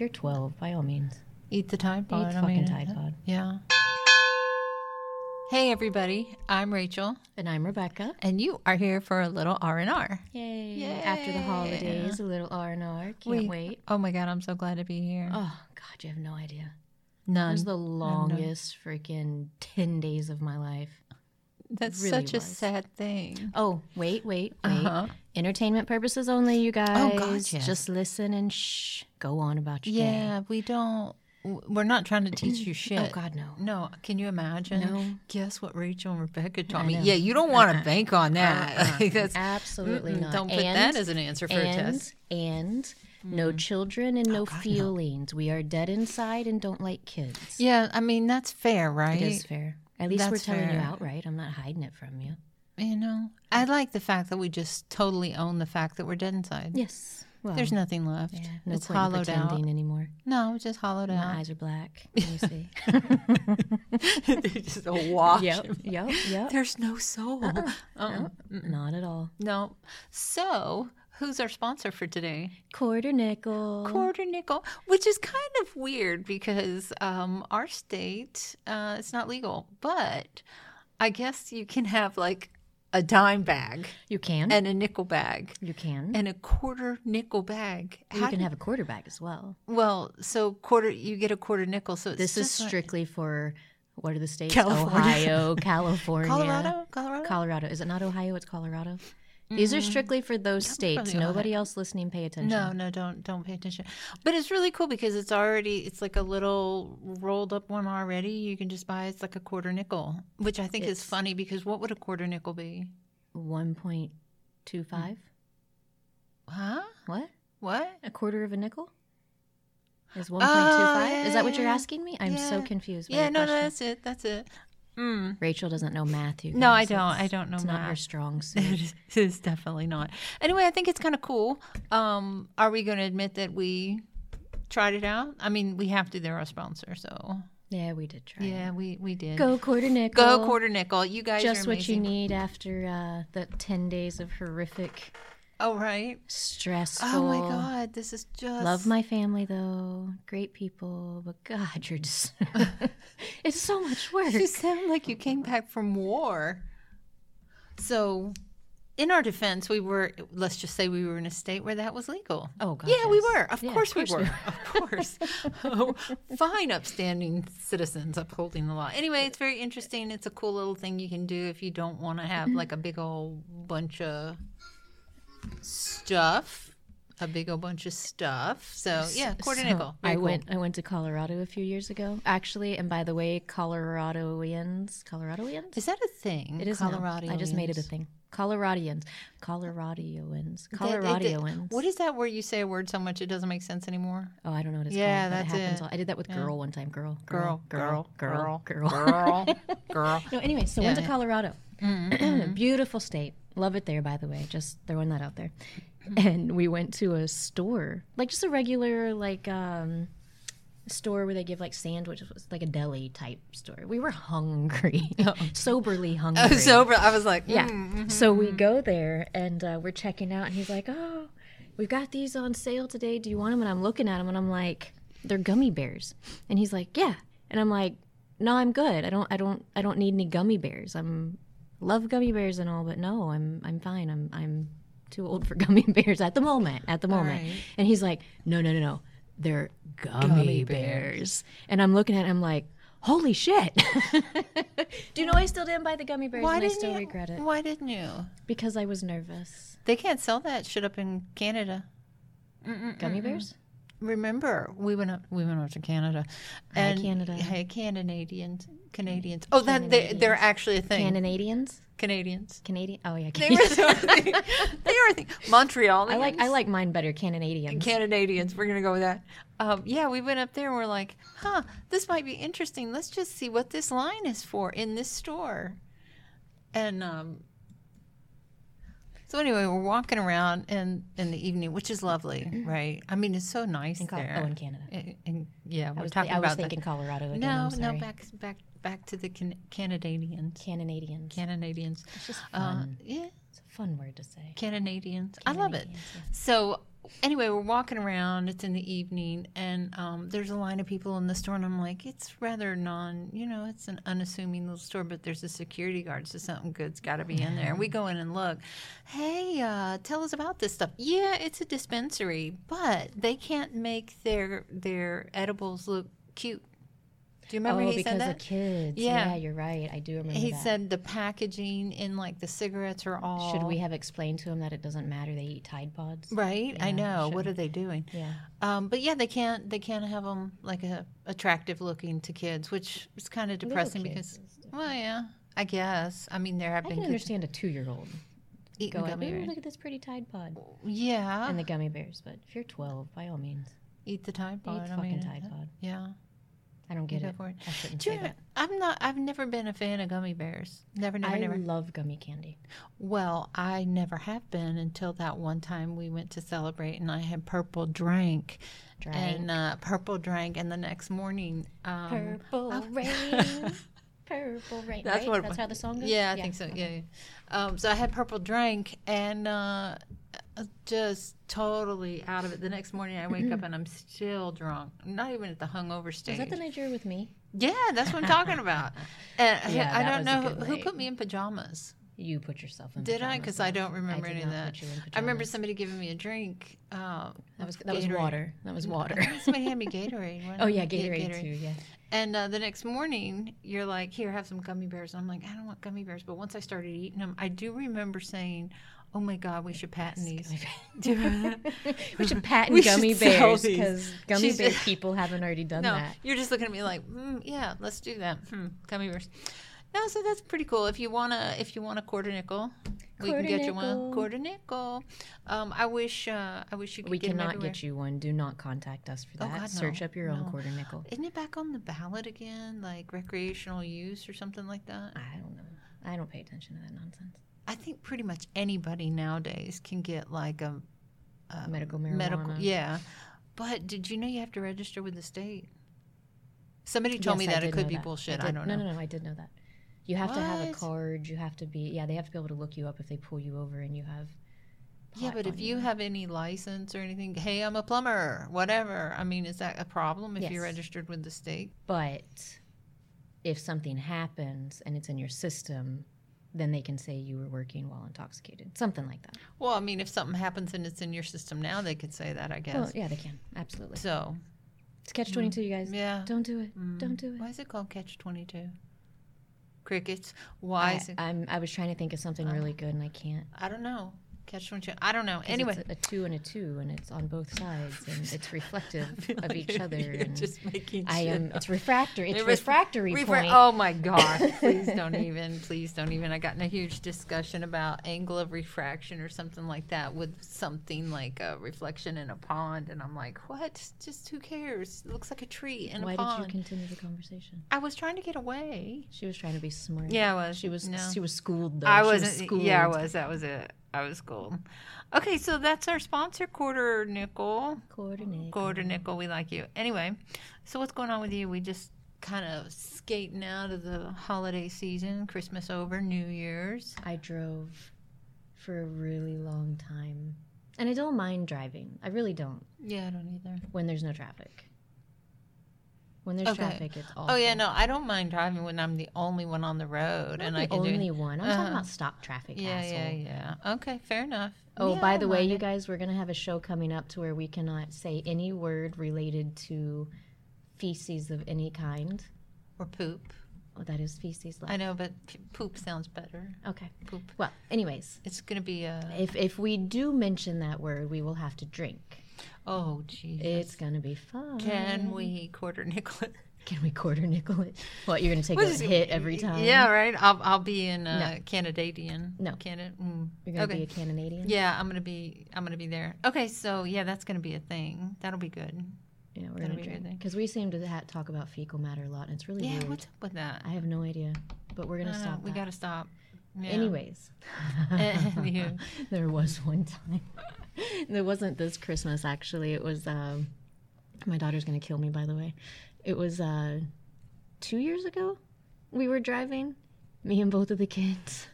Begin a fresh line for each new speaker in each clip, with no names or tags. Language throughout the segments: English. You're 12, by all means.
Eat the Tide Pod.
Eat
I
fucking
mean,
Tide Pod.
Yeah. Hey everybody, I'm Rachel,
And I'm Rebecca.
and you are here for a little R and R.
Yay. After the holidays, a little R&R. Can't
We-
wait.
Oh my god, I'm so glad to be here.
Oh, God, you have no idea. It
None.
was the longest freaking 10 days of my life.
That's
really
such a
was.
sad thing.
Oh, wait, wait, wait.
Uh-huh.
Entertainment purposes only, you guys.
gotcha.
Just listen and shh. Go on about your day.
Yeah, we don't. w- We're not trying to teach you shit.
Oh, God, no.
No, can you imagine?
No.
Guess what Rachel and Rebecca taught me?
know. Uh-uh.
Yeah, you don't want to bank on that. Like, that's
Absolutely
Mm-mm,
not.
Don't put
And-
that as an answer for a
and,
test.
And no children and Oh, no feelings. We are dead inside and don't like kids.
Yeah, I mean that's fair, right?
It is fair. At least we're
That's
telling you
fair.
outright. I'm not hiding it from you.
You know, I like the fact that we just totally own the fact that we're dead inside.
Yes. Well,
There's nothing left.
yeah, no
it's
point in
hollowed
pretending
out.
anymore.
No, it's just hollowed
My
out.
eyes are black. Let me see.
They're just awash.
yep. Yep. Yep.
There's no soul. uh
Mm, Not at all.
No. So, who's our sponsor for today?
Quarter nickel.
Quarter Nickel, which is kind of weird because um, our state, uh, it's not legal, but I guess you can have like a dime bag
you can.
and a nickel bag
you can.
and a quarter nickel bag.
you can have a quarter bag as well.
Well, so quarter you get a quarter nickel. So it's
This is
just like-
strictly for what are the states?
California.
Ohio, California,
Colorado, Colorado.
Colorado. Is it not Ohio? It's Colorado. These
Mm-hmm.
are strictly for those states.
Ohio.
Nobody else listening, pay attention.
no, no, don't don't pay attention. But it's really cool because it's already it's like a little rolled up one already. You can just buy it's like a quarter nickel, which I think is
It's-
funny because what would a quarter nickel be?
One point two five.
Huh?
What?
What?
A quarter of a nickel? Is 1.25?
yeah,
Is that what you're
Oh, yeah.
asking me? I'm so
Yeah.
confused. by
Yeah,
your
no, no,
question.
that's it. That's it. Mm.
Rachel doesn't know math. You
No, I
guys.
don't.
It's-
I don't know
It's not your
math.
strong suit.
It is, it is definitely not. Anyway, I think it's kind of cool. Um, are we going to admit that we tried it out? I mean, we have to. They're our sponsor, so
yeah, we did try.
yeah, we we did.
Go quarter nickel.
Go quarter nickel. You guys
Just
are
what you
amazing.
need after uh, the 10 days of horrific,
Oh right.
stressful.
Oh my god, this is just
Love my family though. Great people. But God, you're just. it's so much work.
You sound like you came back from war. So, in our defense, we were let's just say we were in a state where that was legal.
Oh, God.
Yeah, we
yes.
were. Of,
Yeah, of
course,
course
we
we
were. of course. Oh, fine, upstanding citizens upholding the law. Anyway, it's very interesting. It's a cool little thing you can do if you don't want to have
Mm-hmm.
like a big old bunch of stuff. A big old bunch of stuff. So yeah, quarter
So,
nickel. Very
I
cool.
went. I went to Colorado a few years ago, actually. And by the way, Coloradoans, Coloradoans,
Is that a thing?
it is now. I just made it a thing. Coloradians, Coloradians, Coloradians.
What is that where you say a word so much it doesn't make sense anymore?
oh, I don't know what it's
Yeah,
called. but
that's
it happens.
it.
all- I did that with girl one time. Girl,
Girl, girl,
girl, girl.
girl, girl.
No, anyway, so went to
yeah. Mm-hmm,
Colorado. Beautiful state. Love it there, by the way. Just throwing that out there. And we went to a store, like just a regular like um, store where they give like sandwiches, It's like a deli type store. We were hungry,
Oh.
soberly hungry.
Sober. I was like,
Yeah.
mm.
So we go there and uh, we're checking out, and he's like, "Oh, we've got these on sale today. Do you want them?" And I'm looking at them, and I'm like, "They're gummy bears," and he's like, "Yeah," and I'm like, "No, I'm good. I don't, I don't, I don't need any gummy bears. I'm love gummy bears and all, but no, I'm, I'm fine. I'm, I'm too old for gummy bears at the moment. At the moment."
right.
And he's like, "No, no, no, no. They're gummy, bears. And I'm looking at him like. Holy shit! Do you know I still didn't buy the gummy bears?
Why
and I
didn't
still
you?
regret it.
Why didn't you?
Because I was nervous.
They can't sell that shit up in Canada.
Gummy bears?
Remember, we went up. We went up to Canada. And
Canada.
Hey, Canadians. Canadians. Oh, that they, they're actually a thing.
Canadians?
Canadians.
Canadian? Oh yeah,
They are a
Canadians.
thing. They are a thing. Montreal.
I like I like mine better. Canadians.
Canadians. We're gonna go with that. Um, yeah, we went up there and we're like, huh, this might be interesting. Let's just see what this line is for in this store. And um, so anyway, we're walking around in in the evening, which is lovely, right? I mean, it's so nice
Col-
there.
Mm-hmm. oh, in Canada.
And- and- yeah, we're
I was,
talking
I was
about the-
thinking Colorado again.
no,
I'm
no,
sorry.
back back back to the can- Canadians.
Canadians.
Canadians.
it's just
Uh,
fun.
yeah.
it's a fun word to say.
Canadians. I love it. So anyway, we're walking around. It's in the evening, and um, there's a line of people in the store, and I'm like, it's rather non, you know, it's an unassuming little store, but there's a security guard, so something good's got to be in there. And we go in and look. Hey, uh, tell us about this stuff. Yeah, it's a dispensary, but they can't make their their edibles look cute. Do you remember
oh,
he
because
said
of
that?
kids.
Yeah.
Yeah. you're right. I do remember
He
that.
said the packaging in like the cigarettes are all
Should we have explained to him that it doesn't matter? They eat Tide Pods.
right? I
Yeah, we
know. What
should.
are they doing?
Yeah.
Um, but yeah, they can't they can't have them like a attractive looking to kids, which is kind of
Little
depressing
kids.
because well, yeah, I guess. I mean, there have
I
been
can
kids
understand a two-year-old
eating
going,
gummy
"Ooh,
bears. Ah.
look at this pretty Tide Pod
Yeah,
and the gummy bears. But if you're 12, by all means,
eat the Tide
eat
Pod. Oh, I
fucking
mean,
Tide Pod.
yeah,
I don't
you
get
go
it.
for it.
I shouldn't
Do
say
you know,
that.
I'm not. I've never been a fan of gummy bears. Never, never,
I
never.
love gummy candy.
Well, I never have been until that one time we went to celebrate and I had purple drink,
Drank.
and uh, purple drank, and the next morning, um,
purple
I've-
rain. purple rain.
That's
right?
what-
That's how the song goes.
Yeah, I think so. Yeah. yeah. Um, so I had purple drink and uh, just totally out of it. The next morning I wake up and I'm still drunk. Not even at the hungover
Is
stage.
that the night you were with me?
yeah, that's what I'm talking about. And
Yeah,
I
that
don't
was
know
a
who,
good
who
night.
put me in pajamas.
You put yourself in.
Did I?
pajamas,
Because I
no.
don't remember
did
any of
not
that.
Put you in
I remember
pajamas.
somebody giving me a drink. Uh,
that was
of
that was
Gatorade.
water. That was water.
Somebody handed me Gatorade. wasn't
oh
it?
yeah, Gatorade, too. Yeah.
And uh, the next morning, you're like, here, have some gummy bears. And I'm like, I don't want gummy bears. But once I started eating them, I do remember saying, oh my God, we should patent these. Do you remember that?
we should patent
We should
gummy
sell
bears
these.
because gummy
She's-
bear people haven't already done
no,
that.
you're just looking at me like, mm, yeah, let's do that. Hmm, gummy bears. No, so that's pretty cool. If you wanna, if you want a quarter nickel, we can
Quarter
get you one
nickel.
quarter nickel. Um, I wish, uh, I wish you could
We
get 'em
cannot
everywhere.
get you one. Do not contact us for
Oh,
that.
God,
Search
no.
up your own
No.
quarter nickel.
Isn't it back on the ballot again, like recreational use or something like that?
I don't know. I don't pay attention to that nonsense.
I think pretty much anybody nowadays can get like a, a
Medical marijuana.
Uh, medical. Yeah, but did you know you have to register with the state? Somebody told
Yes,
me
I
that
did
it could
know
be
that.
bullshit. I,
did-
don't
no,
know.
No, no, I did know that. You have to have a
What?
card. You have to be. Yeah, they have to be able to look you up if they pull you over and you have.
Yeah,
pot
but
on
if you have any license or anything, hey, I'm a plumber, whatever. I mean, is that a problem if you're
Yes.
registered with the state?
But if something happens and it's in your system, then they can say you were working while intoxicated. Something like that.
Well, I mean, if something happens and it's in your system now, they could say that, I guess.
Well, yeah, they can. Absolutely.
So,
It's catch 22, you guys.
Mm-hmm. yeah. Mm-hmm.
Don't do it. Don't do it.
Why is it called Catch 22? Crickets.
I,
Why is it? Uh-huh.
I'm, I was trying to think of something really good and I can't. 'cause
I don't know. Catch 22. I don't know.
it's
Anyway.
a, a two and a two, and it's on both sides, and it's reflective
feel
of
like
each other.
You're
and
just making
I
shit
am.
up.
It's refractory. It's
It was-
refractory
Refra-
point.
Oh my god! Please don't even. Please don't even. I got in a huge discussion about angle of refraction or something like that with something like a reflection in a pond, and I'm like, what? Just who cares? It looks like a tree in
Why
a
did
pond.
you continue the conversation?
I was trying to get away.
She was trying to be smart.
Yeah, I was.
Mm-hmm. She was.
No.
She was schooled though.
I
She was
wasn't.
schooled.
yeah, I was. That was it. I was schooled. Okay, so that's our sponsor, quarter nickel.
Coordinate.
Quarter nickel, we like you. Anyway, so what's going on with you? We just kind of skating out of the holiday season, Christmas over, New Year's.
I drove for a really long time, and I don't mind driving. I really don't
Yeah, I don't either.
when there's no traffic. When there's
Okay.
traffic, it's all.
Oh yeah, no, I don't mind driving when I'm the only one on the road
Not
and
the
I can
only
do.
one. I'm
Uh-huh.
talking about stop traffic,
Yeah,
asshole.
yeah, yeah. Okay, fair enough.
Oh,
Yeah, I
by
don't
the way,
mind
you
it.
guys, we're gonna have a show coming up to where we cannot say any word related to feces of any kind.
or poop.
Oh, that is feces.
I know, but p- poop sounds better.
Okay.
Poop.
Well, anyways,
It's gonna be a
if if we do mention that word, we will have to drink.
oh geez.
It's mm-hmm. gonna be fun.
can we quarter nickel it?
Can we quarter nickel it? What you're gonna take
We'll
a
just-
hit every time?
Yeah, right. I'll I'll be in uh, Canadian.
No.
Canada. Mm.
You're gonna
okay.
be a Canadian.
Yeah, I'm gonna be I'm gonna be there. Okay, so yeah, that's gonna be a thing. That'll be good.
Yeah, we're
That'll
gonna
be your
drink
thing.
because we seem to ha- talk about fecal matter a lot, and it's really
Yeah,
weird.
what's up with that?
I have no idea, but we're gonna
Uh,
stop.
We
that.
gotta stop. Yeah. Eh,
Anyways,
Anywho.
there was one time. There wasn't this Christmas actually. It was um, my daughter's gonna kill me. By the way, it was uh, two years ago. We were driving, me and both of the kids,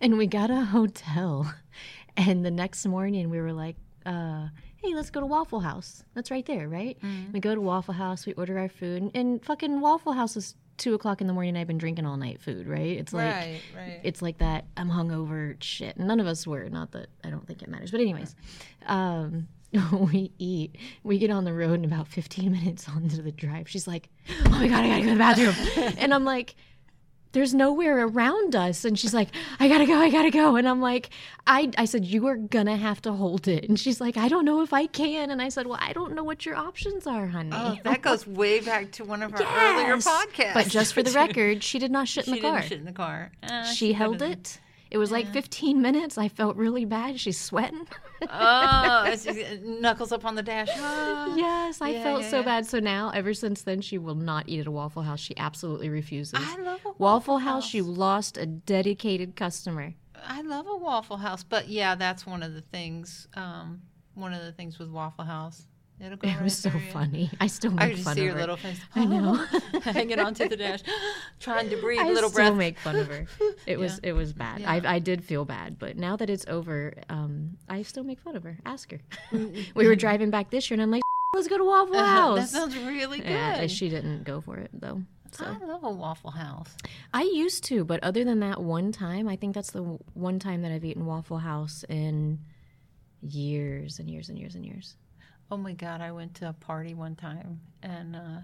and we got a hotel, And the next morning, we were like, uh, hey, let's go to Waffle House. That's right there, right? We go to Waffle House, we order our food, and fucking Waffle House is two o'clock in the morning. I've been drinking all night food, right? It's like,
right, right.
it's like that I'm hungover shit. None of us were. Not that I don't think it matters. But anyways, um, we eat. We get on the road and about 15 minutes onto the drive. She's like, "Oh my god, I gotta go to the bathroom," and I'm like. There's nowhere around us. And she's like, I gotta go, I gotta go. And I'm like, I, I said, You are gonna have to hold it. And she's like, I don't know if I can. And I said, Well, I don't know what your options are, honey.
oh, that goes way back to one of our earlier
Yes.
podcasts.
But just for the record, she did not shit in
she
the car
didn't shit in the car. Uh,
she held it. It was like 15 minutes. I felt really bad. She's sweating.
oh, it's just knuckles up on the dash. Ah.
yes, I
Yeah,
felt
yeah,
so
yeah.
bad. So now, ever since then, she will not eat at a Waffle House. She absolutely refuses.
I love a
Waffle House, you lost a dedicated customer.
I love a Waffle House, but yeah, that's one of the things. Um, one of the things with Waffle House, it'll go.
It was so
right through you.
funny. I still make
I could just
fun
see
of
your
her.
little face.
I know.
hanging onto the dash, trying to breathe.
I
little
still
breath.
make fun of her. It was it was bad. I, I did feel bad, but now that it's over, um, I still make fun of her. Ask her.
Mm,
we were driving back this year, and I'm like, let's go to Waffle
Uh,
House.
that sounds really good.
Yeah, and she didn't go for it though. So
I love a Waffle House.
I used to, but other than that one time, I think that's the w- one time that I've eaten Waffle House in years and years and years and years.
Oh my God, I went to a party one time and uh,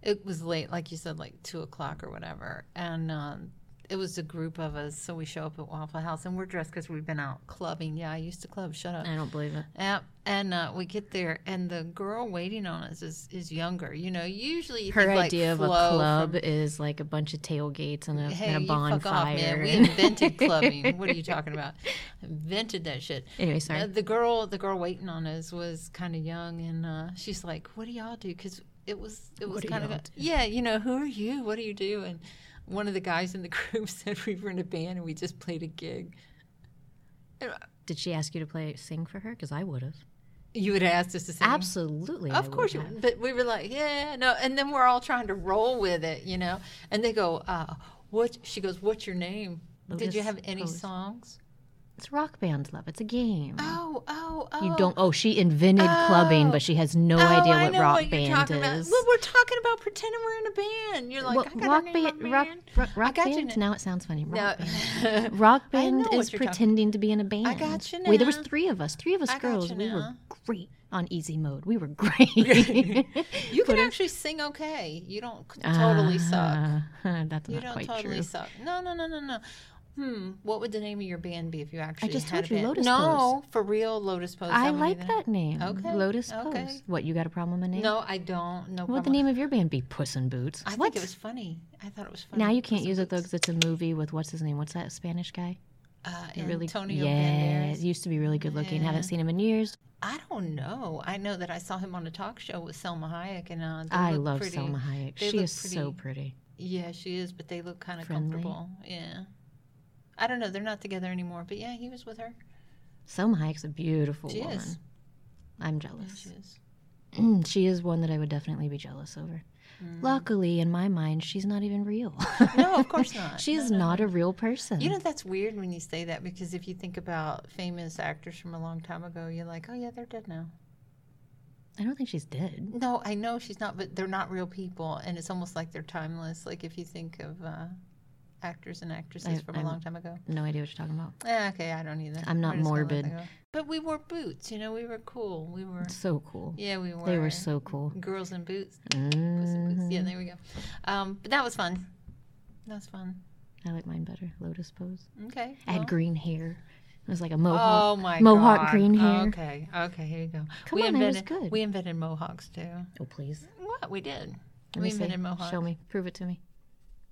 it was late, like you said, like two o'clock or whatever. And um, it was a group of us. So we show up at Waffle House and we're dressed because we've been out clubbing. Yeah, I used to club. Shut up.
I don't believe it.
Yep. And uh, we get there, and the girl waiting on us is, is younger. You know, usually you
Her
think, like,
idea of a
flow
club
from-
is like a bunch of tailgates and a,
hey,
and a
you fuck off, man.
bonfire.
We
and-
invented clubbing. what are you talking about? Invented that shit.
anyway, sorry.
Uh, the girl, the girl waiting on us was kind of young, and uh, she's like, "What do y'all do?" Because it was, it was
What do
kind of,
y'all
a, yeah, you know, who are you? What do you do? And one of the guys in the group said we were in a band and we just played a gig.
Did she ask you to play sing for her? Because I would have.
You would ask us to sing.
Absolutely. I
Of course you
would. have.
would. But we were like, yeah, no. And then we're all trying to roll with it, you know. And they go, uh, what? She goes, what's your name? Did you
Lucas
have any
O's.
songs?
It's rock band love. It's a game.
Oh, oh, oh.
You don't. Oh, she invented clubbing,
Oh.
but she has no
Oh,
idea
I
what
know
rock
what you're
band
talking
is.
about. Well, we're talking about pretending we're in a band. You're like,
Well,
I got
rock
a name
band,
on
rock,
band.
rock, rock
got you
band.
now.
Now it sounds funny. Rock band.
No.
Rock
I know
band
what
is
you're talking-
pretending to be in a band.
got you
Wait, there was
now.
three of us. Three of us
I got
girls.
you
We were
now.
great on easy mode. We were great. you
you can actually sing okay. You don't c- totally suck.
That's
You
not
don't
Ah, quite
totally
true.
suck. No, no, no, no, no. Hmm. What would the name of your band be if you actually
just
had
told
a
you,
band?
Lotus
no, for real, Lotus Pose.
I
would be
like
the-
that name.
Okay,
Lotus
okay.
Pose. What, you got a problem with the name?
No, I don't. No
What would the
problem.
name of your band be? Puss in Boots.
I
what?
think it was funny. I thought it was funny.
now you can't use it though because it's a movie with what's his name? What's that Spanish guy?
Uh,
Really?
Antonio
yeah,
Banderas.
used to be really good looking. Haven't seen him in years.
I don't know. I know that I saw him on a talk show with Selma Hayek, and uh, they
I
look
love
pretty.
Selma Hayek.
they
She
look
is so pretty.
Yeah, she is, but they look kind of
Friendly.
comfortable. Yeah. I don't know. They're not together anymore, but yeah, he was with her.
Selma Hayek's a beautiful
She
woman.
is.
I'm
Yeah,
jealous.
she is.
she is one that I would definitely be jealous over.
Mm.
Luckily, in my mind, she's not even real.
No, of course not.
she is
No, no,
not a real person.
You know that's weird when you say that because if you think about famous actors from a long time ago, you're like, oh yeah, they're dead now.
I don't think she's dead.
No, I know she's not, but they're not real people, and it's almost like they're timeless. Like if you think of uh, actors and actresses
I-
from a
I'm-
long time ago.
No idea what you're talking about.
Eh, okay, I don't either.
I'm not
We're just gonna let
morbid.
that go. But we wore boots. You know, we were cool. We were.
So cool.
Yeah, we were.
They were so cool.
girls in boots. Puss in
Mm,
boots. Yeah, there we go.
Mm-hmm.
Um, but that was fun. That was fun.
I like mine better. Lotus pose.
Okay.
I had
well.
green hair. It was like a mohawk.
Oh my
Mohawk
god.
green hair.
Okay. Okay, here you go.
Come
we
on, I was
invented,
good.
We invented mohawks too.
Oh, please.
What? We did.
Let
we
me see.
invented mohawks.
Show me. Prove it to me.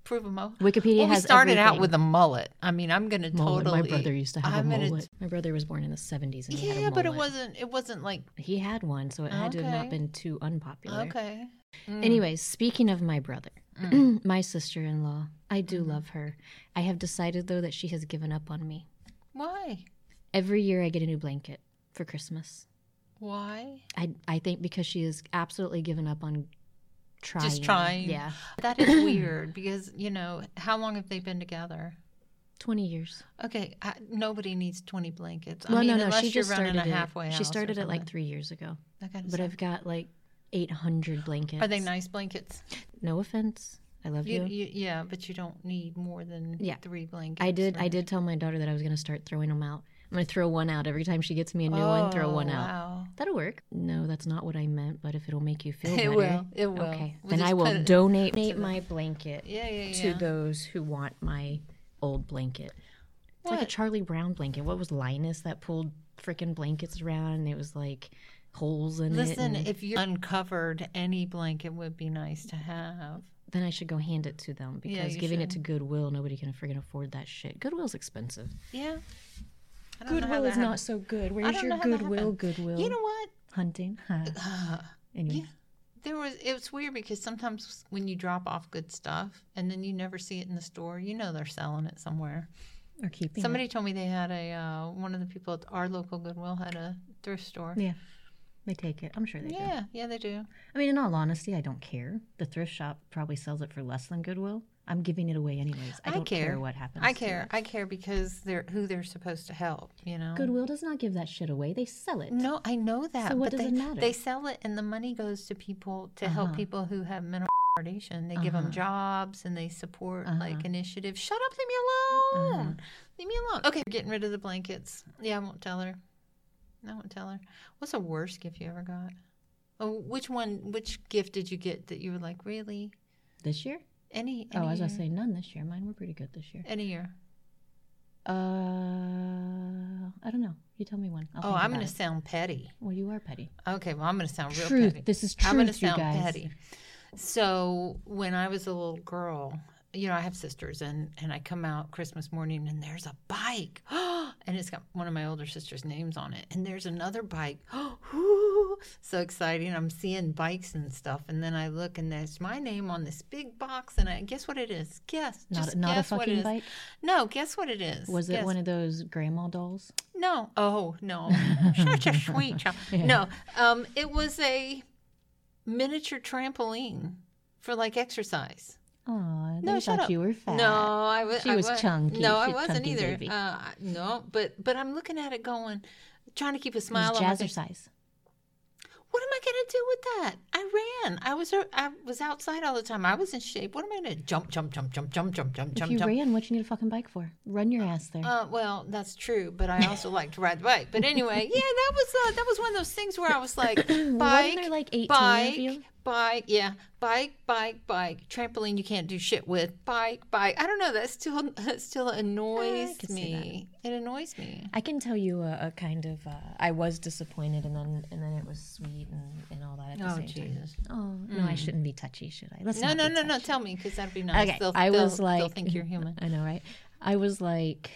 Prove a mohawk.
Wikipedia
well, we
has
started out
everything.
with a mullet. I mean, I'm going to
Mullet.
totally
My brother used to have
I'm
a
gonna-
mullet. My brother was born in the 70s and he had a
Yeah,
mullet.
but it wasn't it wasn't like
He had one, so it had to have
Okay.
not been too unpopular.
okay. Mm.
Anyways, speaking of my brother, my sister in law, I do
Mm-hmm.
love her. I have decided, though, that she has given up on me.
Why?
Every year I get a new blanket for Christmas.
Why?
I, I think because she has absolutely given up on trying.
Just trying.
Yeah.
That is weird because, you know, how long have they been together?
20 years.
Okay, I, nobody needs twenty blankets.
Well,
I mean,
no, no,
unless
she
you're
just
running
started
a
it.
halfway.
she
house or
started it like
something.
three years ago,
That kind of
but
stuff.
I've got like 800 blankets.
Are they nice blankets?
No offense. I love you.
You, you, yeah, but you don't need more than
Yeah.
three blankets.
I did. I
right?
did tell my daughter that I was going to start throwing them out. I'm going to throw one out every time she gets me a new one. Throw
Oh,
one out.
Wow.
That'll work. No, that's not what I meant. But if it'll make you feel
It
better,
will. It will.
Okay,
We'll
then
just
I
put
will
it-
donate my blanket
Yeah, yeah,
to
yeah.
those who want my old blanket. It's like a
What?
Charlie Brown blanket. What was Linus that pulled freaking blankets around and it was like holes in it?
Listen,
and
if you uncovered any blanket, would be nice to have.
then I should go hand it to them
Yeah,
because
you
giving it to Goodwill, nobody can freaking afford that shit. Goodwill's expensive.
Yeah. I don't know how
Goodwill
that
is not so good.
I
Where's
don't
your
know how that
Goodwill?
happened.
Goodwill
happened. You know Uh, what?
hunting. Huh. anyway,
Yeah. There was it was weird because sometimes when you drop off good stuff and then you never see it in the store, you know they're selling it somewhere.
or keeping it.
Somebody told me they had a uh, one of the people at our local Goodwill had a thrift store.
Yeah, they take it. I'm sure they do.
Yeah, yeah, they do.
I mean, in all honesty, I don't care. The thrift shop probably sells it for less than Goodwill. I'm giving it away anyways. I
I
don't care.
care.
what happens.
I
to
care.
it.
I care because they're who they're supposed to help. You know.
Goodwill does not give that shit away. They sell it.
No, I know that.
what
but
does
they,
it matter?
They sell it, and the money goes to people to help
Uh-huh.
people who have mental retardation. They give 'em give
Uh-huh.
them jobs, and they support like
Uh-huh.
initiatives. Shut up! Leave me alone. Leave me alone. Okay, we're getting rid of the blankets. Yeah, I won't tell her. I won't tell her. What's the worst gift you ever got? Oh, which one? Which gift did you get that you were like really
This year?
any?
oh,
any
I was
year,
gonna say none this year. Mine were pretty good this year.
any year.
Uh, I don't know. You tell me one. I'll
Oh,
think
I'm
about
gonna
it.
sound petty.
Well, you are petty.
Okay, well, I'm gonna sound real
truth.
petty.
This is
I'm gonna
truth, you
sound
guys.
petty. So when I was a little girl, you know, I have sisters, and and I come out Christmas morning, and there's a bike, and it's got one of my older sister's names on it, and there's another bike. Whoo! so exciting! I'm seeing bikes and stuff, and then I look, and there's my name on this big box, and I guess what it is. Guess
Not,
just
not a
guess what it
fucking
is.
bike.
No, guess what it is.
Was it
Guess.
one of those grandma dolls?
No. Oh no. Such a sweet child. No. Um, it was a miniature trampoline for like exercise.
Aw, they
No, shut
thought
up.
you were fat.
No, I was.
She
I
was
wa-
chunky.
No,
She's
I wasn't
chunky
either.
baby.
Uh, I- no, but but I'm looking at it, going, trying to keep
It
a
was
smile. on my face.
jazzercise.
What am I going to do with that? I ran. I was I was outside all the time. I was in shape. What am I going to jump, jump, jump, jump, jump, jump, jump,
If
jump,
you
jump?
ran, what you need a fucking bike for? Run your ass there.
Uh, well, that's true, but I also like to ride the bike. But anyway, yeah, that was uh, that was one of those things where I was like, bike,
there, like, 18 of
bike,
you?
bike, yeah, bike, bike, bike, trampoline you can't do shit with, bike, bike. I don't know. That still that still annoys
could see
me. It annoys me.
I can tell you a, a kind of uh, I was disappointed and then and then it was sweet and, and all that at the
Oh
same time.
Jesus!
Oh no, I shouldn't be touchy, should I? Let's
No,
not
no,
be
no, no.
touchy.
Tell me, because that'd be nice.
Okay,
They'll,
I
they'll-
was
they'll
like-
think you're human.
I know, right? I was like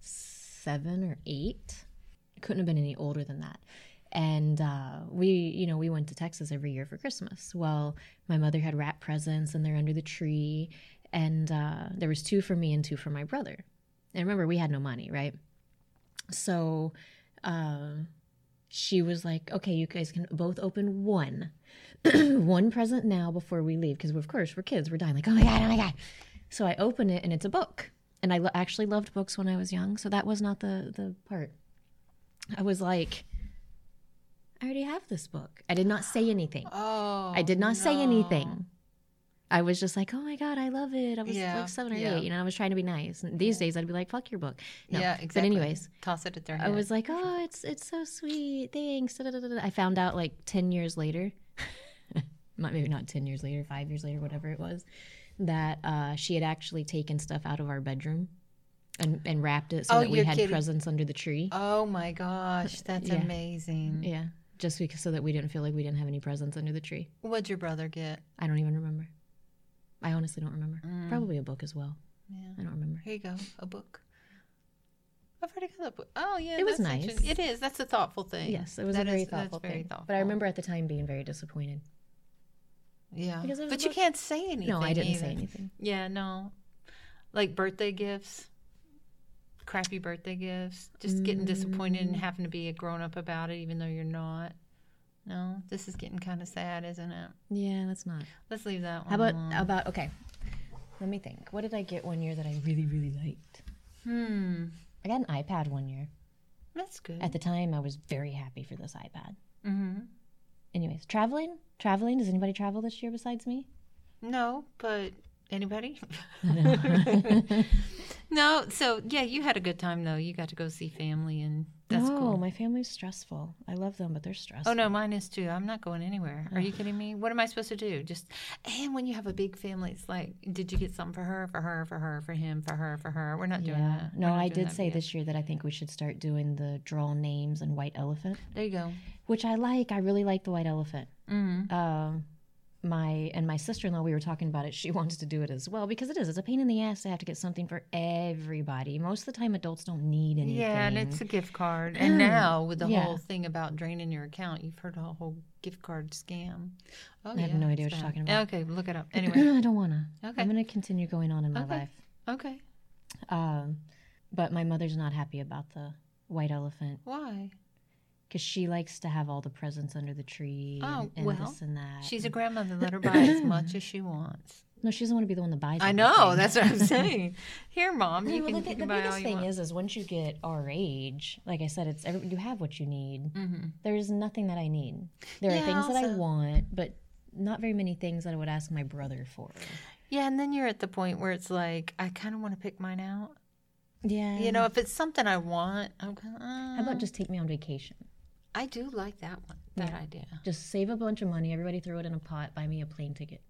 seven or eight. Couldn't have been any older than that. And uh, we, you know, we went to Texas every year for Christmas. Well, my mother had wrap presents, and they're under the tree. And uh, there was two for me and two for my brother. And remember, we had no money, right? So um, she was like, "Okay, you guys can both open one, one present now before we leave, because of course we're kids, we're dying like, oh my god, oh my god." So I open it and it's a book, and I lo- actually loved books when I was young, so that was not the the part. I was like, "I already have this book." I did not say anything.
Oh,
I did not say
no.
anything. I was just like, "Oh my god, I love it." I was
Yeah,
like seven or
yeah.
eight, you know. I was trying to be nice. And these days, I'd be like, "Fuck your book." No.
Yeah, exactly.
But anyways,
toss it at their head.
I was like, oh, it's it's so sweet. Thanks. da, da, da, da, da." I found out like ten years later, not maybe not ten years later, five years later, whatever it was, that uh, she had actually taken stuff out of our bedroom and, and wrapped it so
Oh,
that we
you're
had
kidding.
presents under the tree.
oh my gosh, that's
Yeah.
amazing.
Yeah, just because so that we didn't feel like we didn't have any presents under the tree.
What'd your brother get?
I don't even remember. I honestly don't remember.
Mm.
Probably a book as well.
Yeah.
I don't remember.
Here you go, a book. I've already got a book. Oh yeah,
It was
that's actually-
nice.
It is. That's a thoughtful thing.
Yes, it was
That
a very
is- that's
thoughtful
very
thing.
thoughtful.
But I remember at the time being very disappointed.
Yeah,
Because it was
but
a
you
book.
can't say anything.
No, I didn't say
either.
anything.
Yeah, no, like birthday gifts, crappy birthday gifts, just getting disappointed
Mm.
and having to be a grown up about it, even though you're not. No, this is getting kind of sad, isn't it?
Yeah, that's not.
Let's leave that one.
How about
alone.
how about okay? Let me think. What did I get one year that I really, really liked?
Hmm.
I got an iPad one year.
That's good.
At the time, I was very happy for this iPad.
mm-hmm.
Anyways, traveling? Traveling? Does anybody travel this year besides me?
No, but anybody?
No.
no. So yeah, you had a good time though. You got to go see family, and that's
no,
cool.
my family's stressful. I love them, but they're stressful.
Oh no, mine is too. I'm not going anywhere. Are you kidding me? What am I supposed to do? Just and when you have a big family, it's like, did you get something for her, for her, for her, for him, for her, for her? We're not doing
Yeah.
that. We're
No,
not
I
doing
did
that
say
yet.
this year that I think we should start doing the draw names and white elephant,
There you go.
which I like. I really like the white elephant.
Mm.
Um, my and my sister in law, we were talking about it. She wants to do it as well because it is. It's a pain in the ass to have to get something for everybody. Most of the time, adults don't need anything.
Mm. Yeah, and it's a gift card. And now with the
Yeah.
whole thing about draining your account, you've heard a whole gift card scam. Oh,
I have no idea what you're
it's bad.
talking about.
Okay, look it up. Anyway,
I don't wanna.
Okay.
I'm gonna continue going on in my
Okay.
life.
okay.
Um, but my mother's not happy about the white elephant
Why?
because she likes to have all the presents under the tree
Oh,
and, and
well,
this and that.
She's a grandmother. Let her buy as much as she wants.
no, she doesn't want to be the one that buys.
I know.
everything.
That's what I'm saying. Here, mom,
Yeah,
you
well,
can,
the,
you
thi-
can
the
buy all
biggest
you
thing
want.
is, is once you get our age, like I said, it's every, you have what you need.
Mhm.
There is nothing that I need. There are
Yeah,
things that I
also-
want, but not very many things that I would ask my brother for.
Yeah, and then you're at the point where it's like, I kind of want to pick mine out.
Yeah,
You know, if it's something I want, I'm kind of.
How about just take me on vacation?
I do like that one. That idea.
Just save a bunch of money. Everybody throw it in a pot. Buy me a plane ticket.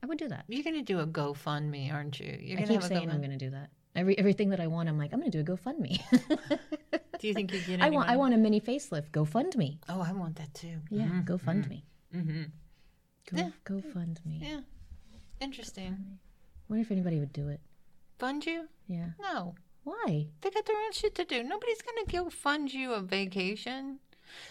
I would do that.
You're gonna do a GoFundMe, aren't you? You're
I
gonna
keep
have a
saying I'm
GoFundMe.
going to do that. Every everything that I want, I'm like, I'm going to do a GoFundMe.
Do you think you get? Any
I want I
money?
want a mini facelift. GoFundMe.
Oh, I want that too.
Yeah, GoFundMe.
Mm-hmm.
Go
Yeah.
GoFundMe.
Yeah. Interesting.
Wonder if anybody would do it.
Fund you?
Yeah.
No.
Why?
They got their own shit to do. Nobody's gonna go fund you a vacation.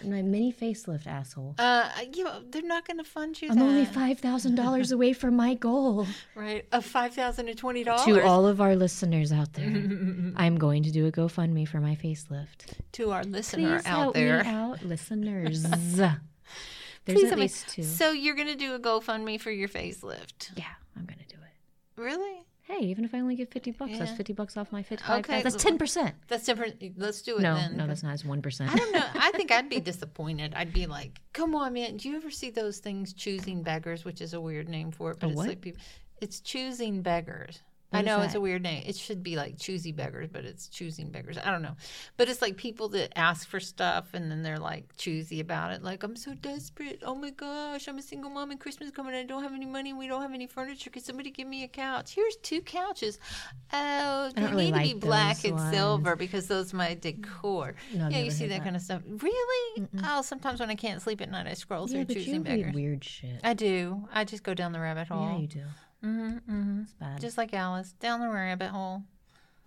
My mini facelift, asshole.
Uh, you know, they're not gonna fund you.
I'm
that.
only five thousand dollars away from my goal.
Right, of five thousand to twenty dollars
To all of our listeners out there, I'm going to do a GoFundMe for my facelift.
to our listener
Please
out
help
there.
me out, listeners. There's
Please
at
help me.
least two.
So you're gonna do a GoFundMe for your facelift?
yeah, I'm gonna do it.
Really?
Hey, even if I only get fifty bucks, that's
Yeah.
fifty bucks off my fifty.
Okay.
that's ten percent.
That's different. Let's do it
No,
then.
no, that's not. It's one
I
percent.
don't know. I think I'd be disappointed. I'd be like, "Come on, man! Do you ever see those things choosing beggars?" Which is a weird name for it, but it's
what?
like people. It's choosing beggars.
What
I
is
know it's
that?
a weird name. It should be like choosy beggars, but it's choosing beggars. I don't know, but it's like people that ask for stuff and then they're like choosy about it. Like I'm so desperate. Oh my gosh, I'm a single mom and Christmas coming. I don't have any money. We don't have any furniture. Could somebody give me a couch? Here's two couches. Oh, they
don't really
need to
like
be black
those
and
ones.
silver because those my decor.
No, I've
yeah, you
never
see
heard
that,
that.
kind of stuff. Really? Oh, sometimes when I can't sleep at night, I scroll
yeah,
through
but you
choosing
read
beggars.
weird shit.
I do. I just go down the rabbit
yeah,
hole.
you do.
hmm hmm
It's bad.
Just like Alice, down the rabbit hole.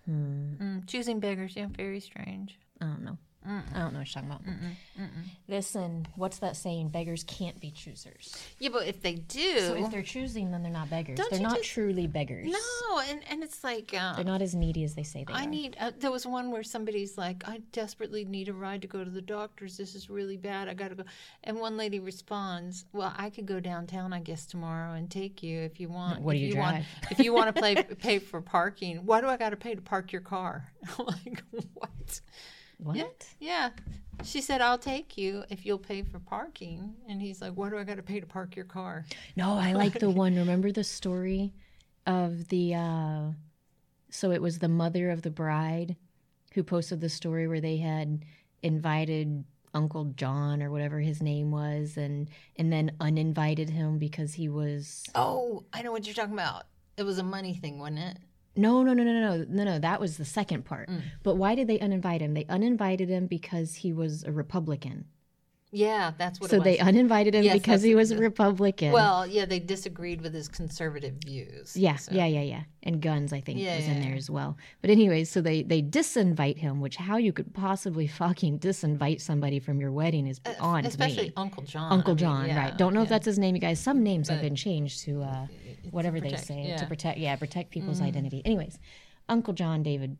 Hmm.
Mm, choosing beggars, yeah, very strange.
I don't know. I don't know what you're talking about. Listen, what's that saying? Beggars can't be choosers.
Yeah, but if they
So
do,
if they're choosing, then they're not beggars.
Don't
they're
you
not
just-
truly beggars.
no, and and it's like uh,
They're not as needy as they say they
I
are.
need. Uh, there was one where somebody's like, I desperately need a ride to go to the doctor's. This is really bad. I gotta go. And one lady responds, Well, I could go downtown, I guess, tomorrow and take you if you want.
What do
if
you
Want, if you want to play, pay for parking, why do I gotta pay to park your car? I'm like what?
what?
Yeah. She said, I'll take you if you'll pay for parking. And he's like, Why do I gotta pay to park your car?
No, I like the one. Remember the story of the. Uh, so it was the mother of the bride who posted the story where they had invited Uncle John or whatever his name was, and and then uninvited him because he was.
Oh, I know what you're talking about. It was a money thing, wasn't it?
No, no, no, no, no, no, no, no. That was the second part.
Mm.
But why did they uninvite him? They uninvited him because he was a Republican.
Yeah, that's what
So
it was.
they uninvited him
Yes,
because
that's-
he was a Republican.
Well, yeah, they disagreed with his conservative views.
Yeah,
so-
yeah, yeah, yeah. And guns, I think,
Yeah,
was
yeah,
in there as well. But anyways, so they they disinvite him, which how you could possibly fucking disinvite somebody from your wedding is beyond
Uh, Especially
me.
Uncle John. I
Uncle
mean,
John,
yeah,
right? Don't know if
yeah.
that's his name, you guys. Some names have been changed to uh, whatever
protect,
they say
yeah. Mm.
to protect, yeah, protect people's identity. Anyways, Uncle John David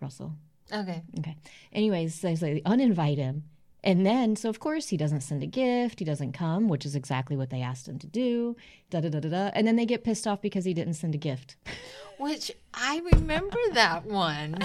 Russell.
Okay.
Okay. Anyways, so, so they uninvite him, And then, so of course, he doesn't send a gift. He doesn't come, which is exactly what they asked him to do. Da da da da da. And then they get pissed off because he didn't send a gift.
Which I remember that one.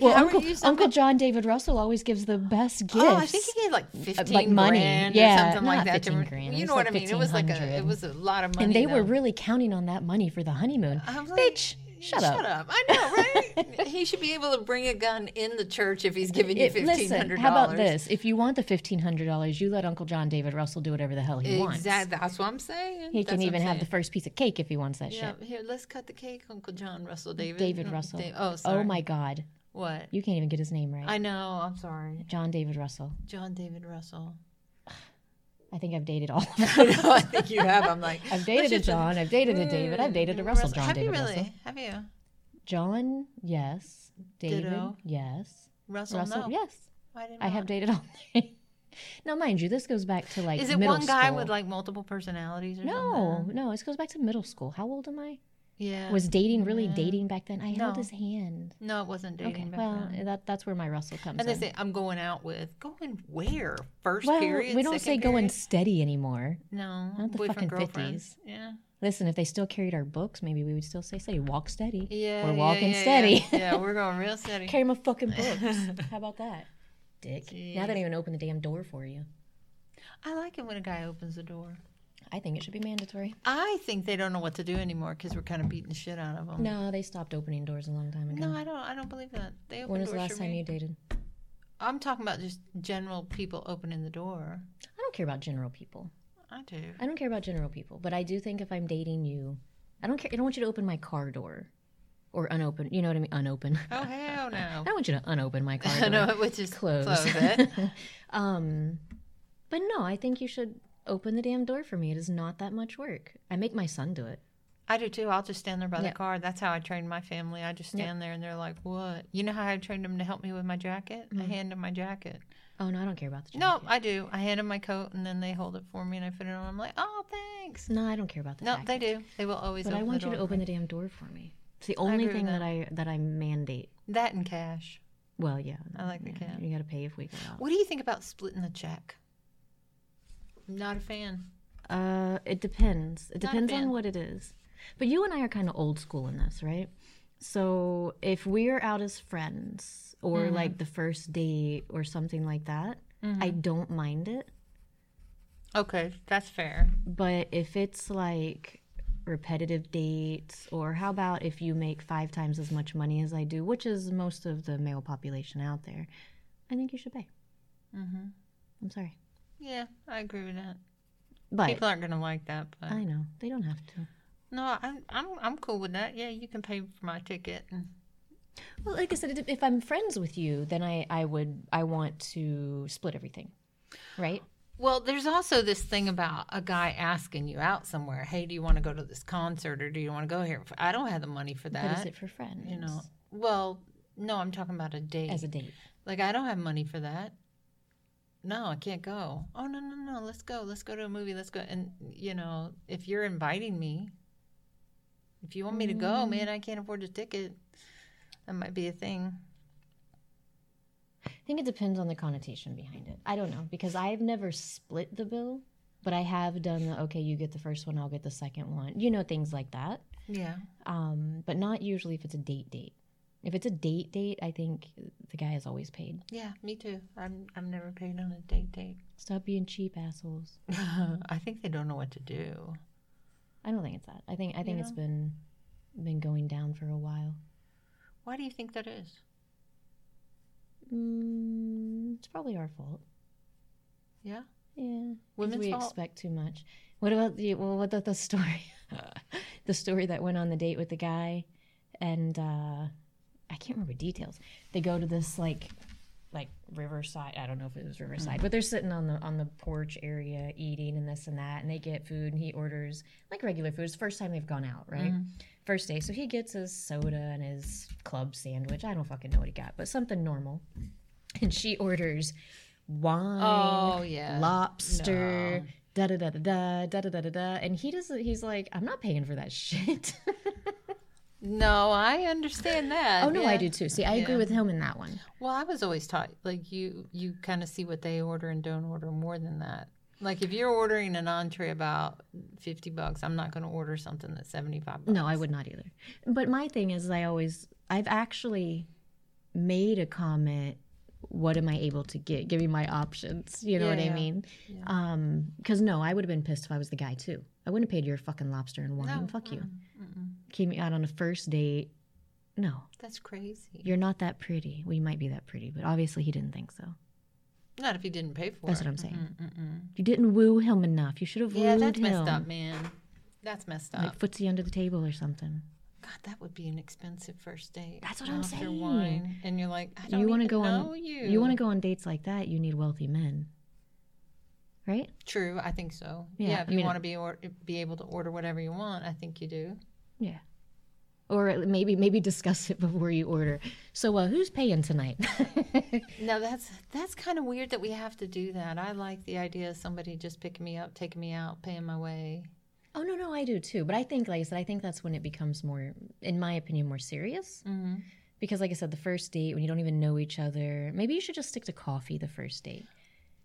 Well,
how
Uncle,
are you so
Uncle John David Russell always gives the best gifts.
Oh, I think he gave like fifteen
money.
grand
Yeah,
or something
not
like that. to-
15 grand. It
You
was
know
like
what I mean? It was like a
1,500.
it was a lot of money.
and they were
though.
really counting on that money for the honeymoon.
I was like,
Bitch, shut, up.
Shut up! I know, right? he should be able to bring a gun in the church if he's giving you
It-
fifteen
listen,
hundred dollars.
how about this? If you want the fifteen hundred dollars, you let Uncle John David Russell do whatever the hell he wants.
Exactly. That's what I'm saying.
He can
That's what
even
I'm
have the
saying.
first piece of cake if he wants that
Yeah,
shit.
here, let's cut the cake, Uncle John Russell David.
David
Mm,
Russell.
Da- oh, sorry.
Oh my God,
What?
you can't even get his name right.
I know. I'm sorry,
John David Russell.
John David Russell.
I think I've dated all of them.
I know. I think you have. I'm like.
I've dated a
let's just-
John. I've dated a David. I've dated a
Mm,
Russell. John
Have
David
you really?
Russell.
Have you?
John, yes. David,
Ditto.
yes.
Russell,
Russell,
no.
yes.
Why didn't
I have dated all. three. now, mind you, this goes back to like
Is it
middle
one guy
school.
with like multiple personalities or
No,
something?
no, this goes back to middle school. How old am I?
Yeah.
Was dating really
Uh, Yeah.
dating back then? I held
No.
his hand.
No, it wasn't dating
Okay,
back
well,
then.
that that's where my Russell comes
And
in.
they say I'm going out with going where first
well,
period.
we don't say
second
going
period?
steady anymore.
No,
not the
boyfriend
fucking
girlfriend.
50s.
Yeah.
Listen, if they still carried our books, maybe we would still say steady. Walk steady.
Yeah.
We're
yeah,
walking
yeah, yeah.
steady.
Yeah. we're going real steady.
Carry my fucking books. How about that? Dick. Now they don't even open the damn door for you.
I like it when a guy opens the door.
I think it should be mandatory.
I think they don't know what to do anymore because we're kind of beating the shit out of them.
No, they stopped opening doors a long time ago.
Um, No, I don't. I don't believe that. They open
when was
doors
the last
for
time
me.
you dated?
I'm talking about just general people opening the door.
I don't care about general people.
I do.
I don't care about general people, but I do think if I'm dating you, I don't care. I don't want you to open my car door, or unopen. You know what I mean? Unopen.
Oh hell no.
I don't want you to unopen my car
I
door.
know it was just
Close.
close. it.
um, but no, I think you should open the damn door for me. It is not that much work. I make my son do it.
I do too. I'll just stand there by
Yeah.
the car. That's how I trained my family. I just
Yeah.
stand there and they're like, "What?" You know how I trained them to help me with my jacket? I hand them my jacket.
Oh no, I don't care about the.
No,
Mm-hmm. jacket.
I do. I hand them my coat and then they hold it for me and I put it on. I'm like, "Oh, thanks."
No, I don't care about the.
No,
jacket.
they do. They will always.
But
open
I want
the
you to
door
open
for
the damn door for me. It's the only
agree with
thing that
that.
I that I mandate.
me. that in cash.
Well, yeah.
I like the
yeah,
cat.
You got to pay if we go out.
What do you think about splitting the check? Not a fan.
Uh, it depends. It
Not a
depends on
fan.
what it is. But you and I are kind of old school in this, right? So if we're out as friends or
Mm-hmm.
like the first date or something like that, I
Mm-hmm.
don't mind it.
Okay, that's fair.
But if it's like repetitive dates or how about if you make five times as much money as I do, which is most of the male population out there, I think you should pay. Mm-hmm. I'm sorry.
Yeah, I agree with that.
But
People aren't gonna like that, but
I know they don't have to.
no, I'm I'm I'm cool with that. Yeah, you can pay for my ticket and
Well, like I said, it- if I'm friends with you, then I, I would I want to split everything, right?
Well, there's also this thing about a guy asking you out somewhere. Hey, do you want to go to this concert or do you want to go here? I don't have the money for
But is
that.
it for friends?
You know. Well, no, I'm talking about a date.
as a date.
like I don't have money for that. No, I can't go. Oh no, no, no. Let's go. Let's go to a movie. Let's go. And you know, if you're inviting me, if you want me to go, man, I can't afford a ticket. That might be a thing.
I think it depends on the connotation behind it. I don't know because I've never split the bill, but I have done the okay, you get the first one, I'll get the second one. You know things like that.
Yeah.
Um, but not usually if it's a date date. If it's a date date, I think the guy is always paid.
Yeah, me too. I'm I'm never paid on a date date.
Stop being cheap assholes.
I think they don't know what to do.
I don't think it's that. I think I think it's been been going down for a while.
Why do you think that is?
Mm, it's probably our fault.
Yeah.
Yeah, 'cause
Women's
we
fault?
expect too much. What about the well? What about the story? the story that went on the date with the guy, and uh, I can't remember details. They go to this like, like riverside. I don't know if it
Hmm.
was riverside, but they're sitting on the on the porch area eating and this and that, and they get food, and he orders like regular food. It's the first time they've gone out, right?
Mm-hmm.
First day, so he gets his soda and his club sandwich. I don't fucking know what he got, but something normal. And she orders wine
Oh
Uh,
yeah.
lobster. Da da da da da da da da da da. And he doesn't. He's like, I'm not paying for that shit.
No, I understand that.
Oh no, I
yeah.
do too. See, I agree
Yeah.
with him in that one.
Well, I was always taught like you you kind of see what they order and don't order more than that. Like if you're ordering an entree about fifty bucks, I'm not going to order something that's seventy five.
No, I would not either. But my thing is, I always, I've actually made a comment. What am I able to get? Give me my options. You know
Yeah,
what I
yeah.
mean?
Yeah.
Um, because no, I would have been pissed if I was the guy too. I wouldn't have paid your fucking lobster and wine. Fuck you. Came out on a first date. No,
That's crazy.
you're not that pretty. Well, you might be that pretty, but obviously he didn't think so.
Not if you didn't pay for
That's
it.
what I'm saying.
Mm-mm-mm.
You didn't woo him enough. You should have
Yeah,
wooed
that's
him.
messed up, man. That's messed up.
Like footsie under the table or something.
God, that would be an expensive first date.
That's what I'm
Lobster,
saying.
Wine, and you're like, I don't
you
want
wanna
to
go
know
on
you.
want to go on dates like that, you need wealthy men. Right?
True, I think so. Yeah,
Yeah,
if
I
you
mean-
want to be or- be able to order whatever you want, I think you do.
Yeah. Or maybe maybe discuss it before you order. So uh, who's paying tonight?
No, that's that's kind of weird that we have to do that. I like the idea of somebody just picking me up, taking me out, paying my way.
oh no, no, I do too. But I think, like I said, I think that's when it becomes more, in my opinion, more serious.
Mm-hmm.
Because, like I said, the first date when you don't even know each other, maybe you should just stick to coffee the first date.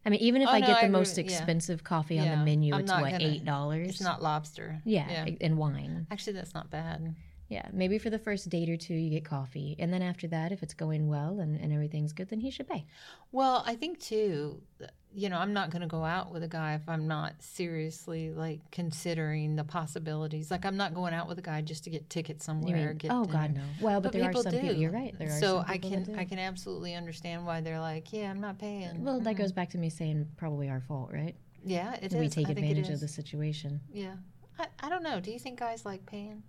I mean, even if
Oh,
I
no,
get
I
the
agree
most
with- yeah.
expensive coffee on
Yeah,
the menu,
I'm
it's
not
what
gonna-
eight dollars.
It's not lobster.
yeah, and wine.
Actually, that's not bad.
Yeah, maybe for the first date or two, you get coffee. And then after that, if it's going well and, and everything's good, then he should pay.
Well, I think too, th- you know, I'm not going to go out with a guy if I'm not seriously like considering the possibilities. Like, I'm not going out with a guy just to get tickets
You
somewhere.
mean,
or get
oh,
dinner.
God, no. Well, but, there are some people, you're right. There are
so
some
I
people that
can
do.
I can absolutely understand why they're like, yeah, I'm not paying.
Well, that
Mhm.
goes back to me saying probably our fault, right?
Yeah, it is.
we take
I think it
advantage of
is.
the situation.
Yeah, I, I don't know. Do you think guys like paying?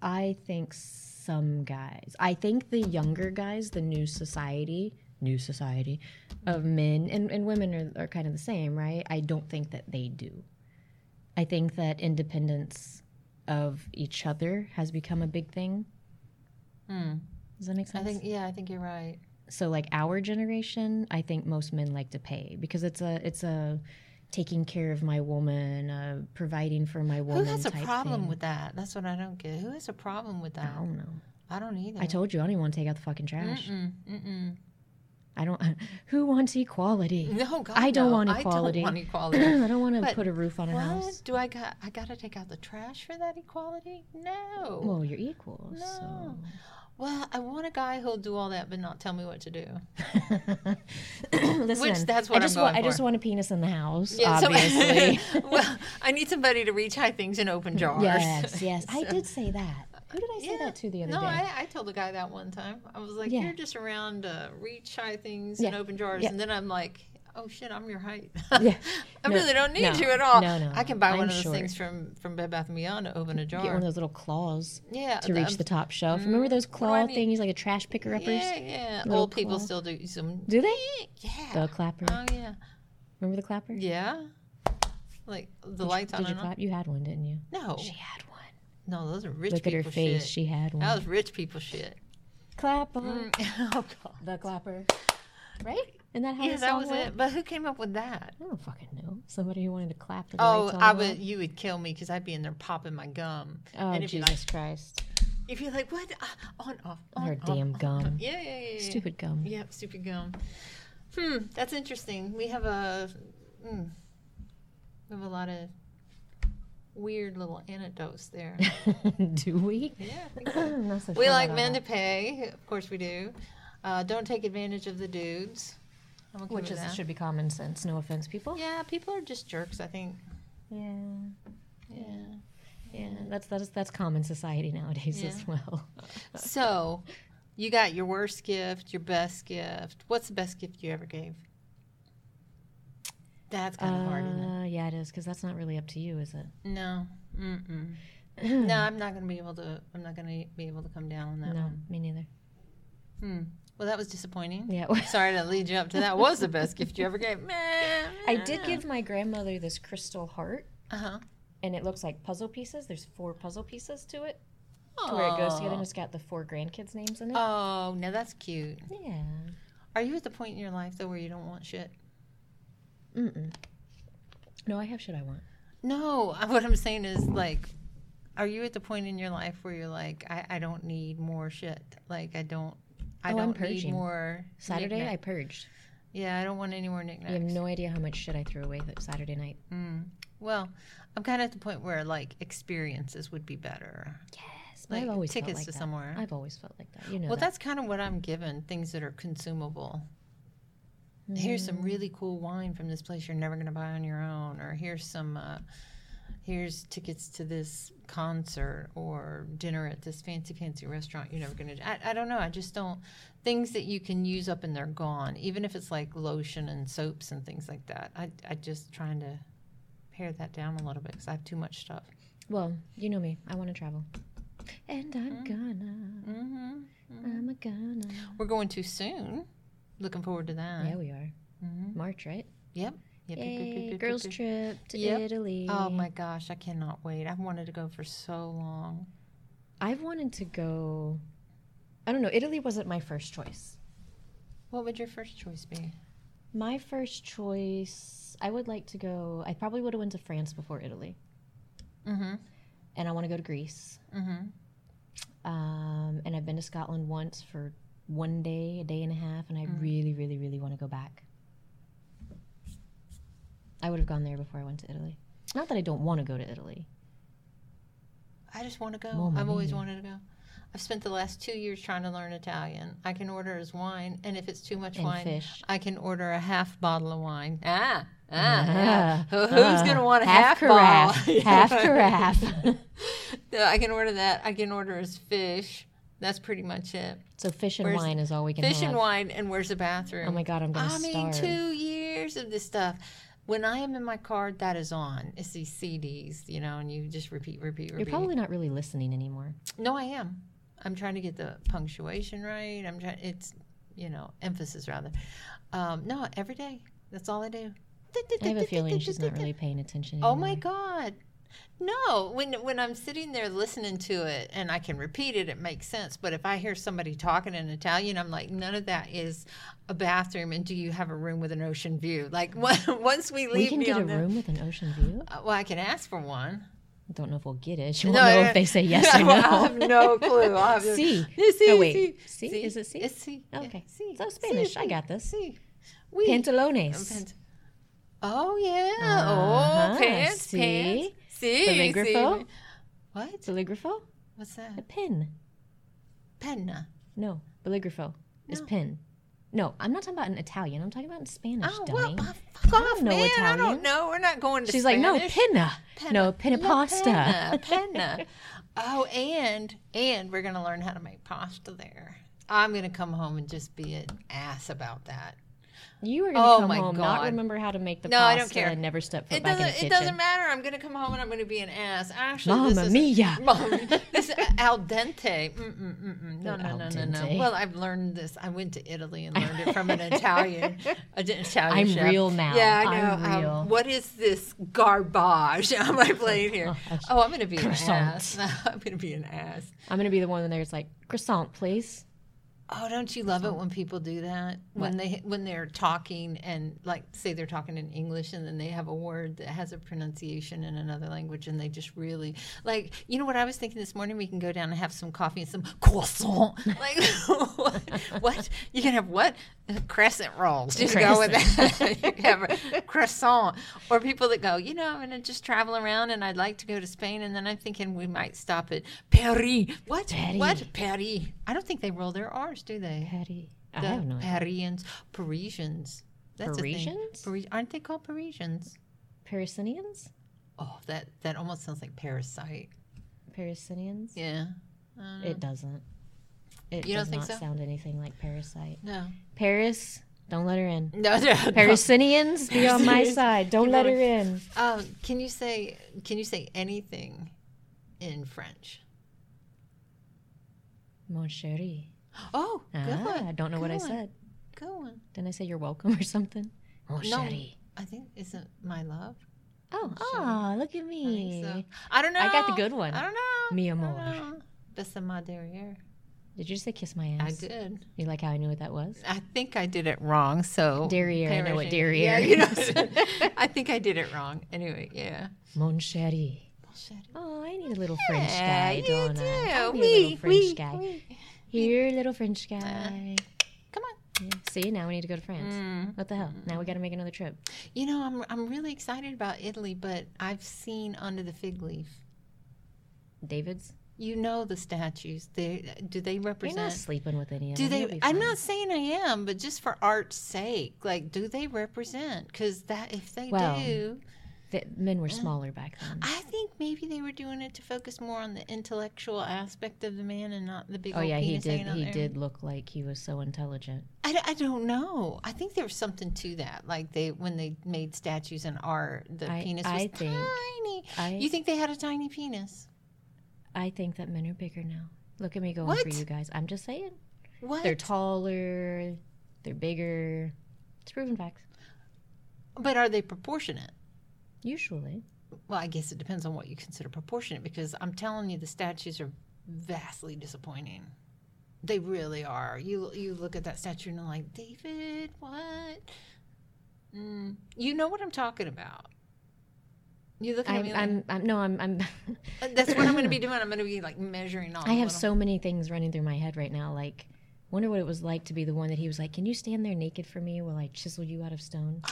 I think some guys, I think the younger guys, the new society, new society of men and, and women are, are kind of the same, right? I don't think that they do. I think that independence of each other has become a big thing.
Hmm.
Does that make sense?
I think yeah, I think you're right.
so like our generation i think most men like to pay because it's a it's a taking care of my woman uh, providing for my woman
Who has a
type
problem
thing.
with that? That's what I don't get. Who has a problem with
i
that?
don't know
I don't either.
i told you i don't even want to take out the fucking trash
Mm-mm, mm-mm.
i don't who wants equality
No, God,
I don't
no.
want
I
equality.
don't want equality.
i don't want to
But
put a roof on a
what
house
do I got? I got to take out the trash for that equality? No. Well,
well you're equal
No. I want a guy who'll do all that, but not tell me what to do.
so listen
that's
i
what I'm
just want
going
i just
for.
want a penis in the house
Yeah, so-
obviously
well, I need somebody to reach high things in open jars.
yes yes i
So-
did say that who did i say
Yeah.
that to the other
No,
day
I, I told the guy that one time. I was like,
Yeah.
"You're just around uh, reach high things and
Yeah.
open jars,"
Yeah.
and then I'm like, "Oh shit, I'm your height.
Yeah.
I
No.
really don't need
No.
you at all.
No, no,
I can buy
I'm
one of those
short.
things from from Bed Bath and Beyond to open a jar.
get one of those little claws
yeah,
to reach
um,
the top shelf. Remember those
do I
claw
need?
things, like a trash picker uppers?
Yeah, yeah.
Little
Old people
claw.
still do some.
Do they?
Yeah.
The clapper.
Oh yeah.
Remember the clapper?
Yeah. Like the lights on
Did you
and off.
clap? You had one, didn't you?
No,
She had one.
no, those are rich
Look at
people
her face.
shit.
She had one.
That was rich people shit.
Clapper.
oh god.
The clapper. Right? And that how
Yeah,
the
that
song
was
went?
it. But who came up with that?
I don't fucking know. Somebody who wanted to clap to the
Oh,
lights on
I
and
would.
off?
You would kill me because I'd be in there popping my gum.
Oh,
and if you
Jesus
like,
Christ.
if you're like, what? Ah, on off. On,
Her
off,
damn
on,
gum.
Yeah, yeah, oh, yeah, yeah, yeah.
Stupid gum.
Yeah, stupid gum. Hmm, that's interesting. We have a, mm, we have a lot of weird little anecdotes there.
Do we?
yeah, I think so.
I'm not so
we
sure
like
about
men to
that.
pay. Of course, we do. Uh, don't take advantage of the dudes. I'm okay
Which is,
with that.
should be common sense. No offense, people.
Yeah, people are just jerks. I think.
yeah.
Yeah.
Yeah, that's that's that's common society nowadays as well.
So, you got your worst gift, your best gift. What's the best gift you ever gave? That's kind of hard, isn't it?
Uh, yeah, it is because that's not really up to you, is it?
Uh, No. Mm-mm.
Hmm.
no, I'm not going to be able to. I'm not going to be able to come down on that
no,
one.
me neither.
Hmm. Well, that was disappointing.
Yeah,
Sorry to lead you up to that. Was the best gift you ever gave? Meh,
I did
meh.
give my grandmother this crystal heart,
Uh-huh.
and it looks like puzzle pieces. There's four puzzle pieces to it, to where it goes together, and it's got the four grandkids' names in it.
Oh, now that's cute.
yeah.
Are you at the point in your life though where you don't want shit?
Mm-mm. No, I have shit I want.
No, what I'm saying is like, are you at the point in your life where you're like, I, I don't need more shit. Like I don't, I
Oh, I'm
don't need
purging.
more.
Saturday, I
knick-knack-
purged.
yeah, I don't want any more
You have
knickknacks.
no idea how much shit I threw away that Saturday night.
mm. Well, I'm kind of at the point where like experiences would be better.
Yes, but
Like
I've always
tickets
felt like
to
that.
somewhere.
I've always felt like that. You know.
well,
that.
that's kind of what I'm given. Things that are consumable. here's
Mm-hmm. Mm.
some really cool wine from this place you're never going to buy on your own or here's some uh, here's tickets to this concert or dinner at this fancy fancy restaurant you're never going to I, I don't know i just don't things that you can use up and they're gone even if it's like lotion and soaps and things like that i, I just trying to pare that down a little bit because i have too much stuff
Well, you know me. I want to travel, and I'm gonna.
mm-hmm.
I'm a gonna.
we're going too soon looking forward to that
Yeah, we are.
Mhm.
March, right?
yep Yep, yep, yep, yep,
Yay,
yep,
girls
yep.
trip to
Yep.
Italy.
Oh my gosh, I cannot wait. I've wanted to go for so long.
I've wanted to go. I don't know. Italy wasn't my first choice.
What would your first choice be?
My first choice. I would like to go. I probably would have went to France before Italy,
Mm-hmm.
and I want to go to Greece.
Mm-hmm.
Um, and I've been to Scotland once for one day, a day and a half, and I
Mm.
really, really, really want to go back. I would have gone there before I went to Italy. Not that I don't want to go to Italy.
I just want to go.
Mamma
I've always
mia.
wanted to go. I've spent the last two years trying to learn Italian. I can order as wine, and if it's too much
And
wine,
fish.
I can order a half bottle of wine. Ah, ah,
Ah,
yeah. Who- Who's
ah.
gonna want a
half
half,
carafe?
bottle?
half carafe.
No, I can order that. I can order as fish. That's pretty much it.
so fish and
Where's-
wine is all we can
Fish
have.
and wine, and where's the bathroom?
Oh my god, I'm gonna
I mean,
starve.
two years of this stuff. When I am in my car, that is on. It's these CDs, you know, and you just repeat, repeat, repeat.
You're probably not really listening anymore.
no, I am. I'm trying to get the punctuation right. I'm trying. It's you know emphasis rather. Um, no, every day. That's all I do.
I have a feeling she's not really paying attention.
Oh
anymore.
my god. No, when when I'm sitting there listening to it and I can repeat it, it makes sense. But if I hear somebody talking in Italian, I'm like, none of that is a bathroom. And do you have a room with an ocean view? Like on- once we leave,
We can get a
beyond that-
room with an ocean view.
Uh, Well, I can ask for one.
I don't know if we'll get it. You won't know if they say yes or
Well, I
no.
have no clue. I have
See.
Yeah, see,
Oh, wait.
see,
See? Is it see?
It's see. Yeah,
Okay.
see,
So
see,
Spanish, I
see,
got this.
See, we. Um,
Pantalones.
pant- Oh yeah.
Uh-huh,
Oh pants,
see?
pants. See,
Calligrapho?
see. What?
Boligrapho?
What's
A
that?
pin.
Penna.
No, boligrapho is
No.
pin. No, I'm not talking about in Italian. I'm talking about in Spanish,
Oh
dummy.
well, uh, fuck
I don't
off,
know
man. I
Italian.
don't know. We're not going to.
She's like, no,
Spanish.
pinna.
Penna.
No, pinna
La
pasta.
Penna. penna. oh, and and we're gonna learn how to make pasta there. I'm gonna come home and just be an ass about that.
You are going to
Oh
come
my
home,
God.
not remember how to make the
No,
pasta,
I don't care.
and never step foot
It
back in the
doesn't.
kitchen.
It doesn't matter. I'm gonna come home and I'm gonna be an ass. Actually, this
Mamma
is,
mia.
Mamma- this is al dente. Mm, Mm-mm-mm-mm. No,
An
no,
al
no, no, no.
dente.
Well, I've learned this. I went to Italy and learned it from an Italian. an Italian
I'm
chef.
real now.
Yeah, I know.
I'm real.
Um, what is this garbage on my plate here?
Gosh.
Oh, I'm gonna be an
Croissant.
ass. I'm gonna be an ass.
I'm going to be the one there that's like, croissant, please.
Oh, don't you love it when people do that? When they when they're talking and like say they're talking in English and then they have a word that has a pronunciation in another language and they just really like you know what I was thinking this morning we can go down and have some coffee and some croissant. Like what? what? You can have what? Uh, Crescent rolls. Just go with that. you can have a croissant. Or people that go, you know, I'm gonna just travel around and I'd like to go to Spain and then I'm thinking we might stop at Paris. What?
Paris.
What? Paris. I don't think they roll their R's, do they?
Patty. I
The
have no idea.
Parisians. Parisians. That's
Parisians?
A thing. Pari- aren't they called Parisians?
Parisians?
Oh, that, that almost sounds like parasite.
Parisians?
Yeah. I don't know.
It doesn't. It
You don't
does
think
not
so?
sound anything like parasite.
No.
Paris, don't let her in.
No, no, no.
Parisians, be on my
Parisians.
side. Don't
You
let her
wanna-
in.
Um, can you say can you say anything in French?
Mon chéri.
Oh, good
Ah,
one.
I don't know what
Good
I
one.
said.
Good one.
Didn't I say you're welcome or something? Mon
No.
chéri.
I think isn't my love.
Oh,
chéri.
oh, look at
I think
me.
so. I don't know.
I got the good one.
I don't know.
Mi
I don't
amor.
know. Besame derriere.
Did you just say kiss my
I
ass?
did.
You like how I knew what that was?
I think I did it wrong. So
Derriere, I know what
Perishing. Yeah,
derriere
you know,
is.
I think I did it wrong. Anyway, yeah.
Mon chéri.
Mon Shut it.
Oh, I need a little French guy,
yeah,
don't I?
you
I'll be a little
do. Wee,
French
wee,
guy.
wee.
Here, little French guy.
Come on.
Yeah. See, now we need to go to France.
Mm.
What the hell? Now we got to make another trip.
You know, I'm I'm really excited about Italy, but I've seen under the fig leaf.
David's.
You know the statues. They do they
You're not
represent?
sleeping with any of
Do
them.
they?
You'll be
I'm
fine.
not saying I am, but just for art's sake, like, do they represent? Because that if they
Well,
do,
The men were smaller back then.
I think maybe they were doing it to focus more on the intellectual aspect of the man and not the big.
Oh
old
yeah, he
penis
did.
hanging out
He
there.
did look like he was so intelligent.
I, d- I don't know. I think there was something to that. Like they when they made statues and art, the
I-
penis was
I think-
tiny.
I
you think they had a tiny penis?
I think that men are bigger now. Look at me going for
What?
you guys. I'm just saying.
What?
They're taller. They're bigger. It's proven facts.
but are they proportionate?
Usually.
Well, I guess it depends on what you consider proportionate because I'm telling you the statues are vastly disappointing. They really are. You you look at that statue and you're like, David, what? Mm, you know what I'm talking about. You look at
I'm,
me. Like,
I'm, I'm. No, I'm. I'm.
that's what I'm going to be doing. I'm going to be like measuring all.
I have
the little-
so many things running through my head right now. Like, wonder what it was like to be the one that he was like, "Can you stand there naked for me while I chisel you out of stone?"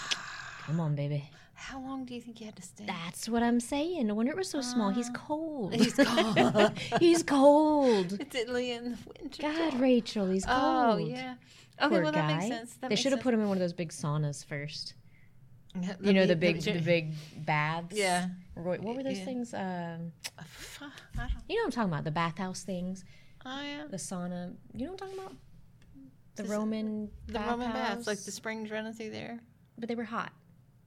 Come on, baby.
How long do you think you had to stay?
That's what I'm saying. No wonder it was so small. He's cold.
Uh, He's cold.
he's cold.
It's Italy in the winter.
God, Rachel, he's cold.
Oh yeah. Okay,
Poor
well
guy.
that makes sense. That
they
makes
should have
sense.
put him in one of those big saunas first. you know the big, the big baths.
Yeah.
Roy, what were those
Yeah.
things? Um,
Uh, I don't.
you know what I'm talking about? The bathhouse things,
Oh yeah.
the sauna. You know what I'm talking about? The
This-
Roman.
The Roman baths, like
bathhouse.
the springs running through there.
But they were hot.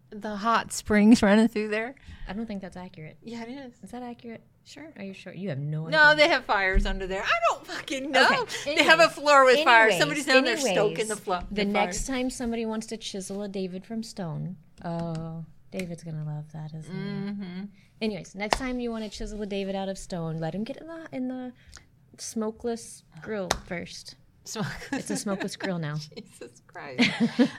The hot springs running through there.
I don't think that's accurate.
Yeah, it is.
Is that accurate?
Sure.
Are you sure? You have no idea.
No, they have fires under there. I don't fucking know.
Okay,
they have a
anyways,
floor with fires.
Anyways,
Somebody's down there stoking
anyways,
the floor.
The, next time somebody wants to chisel a David from stone, oh, David's gonna love that, isn't he?
Mm-hmm.
Anyways, next time you want to chisel a David out of stone, let him get in the in the smokeless grill first.
Smoke.
It's a smokeless grill now.
Jesus Christ.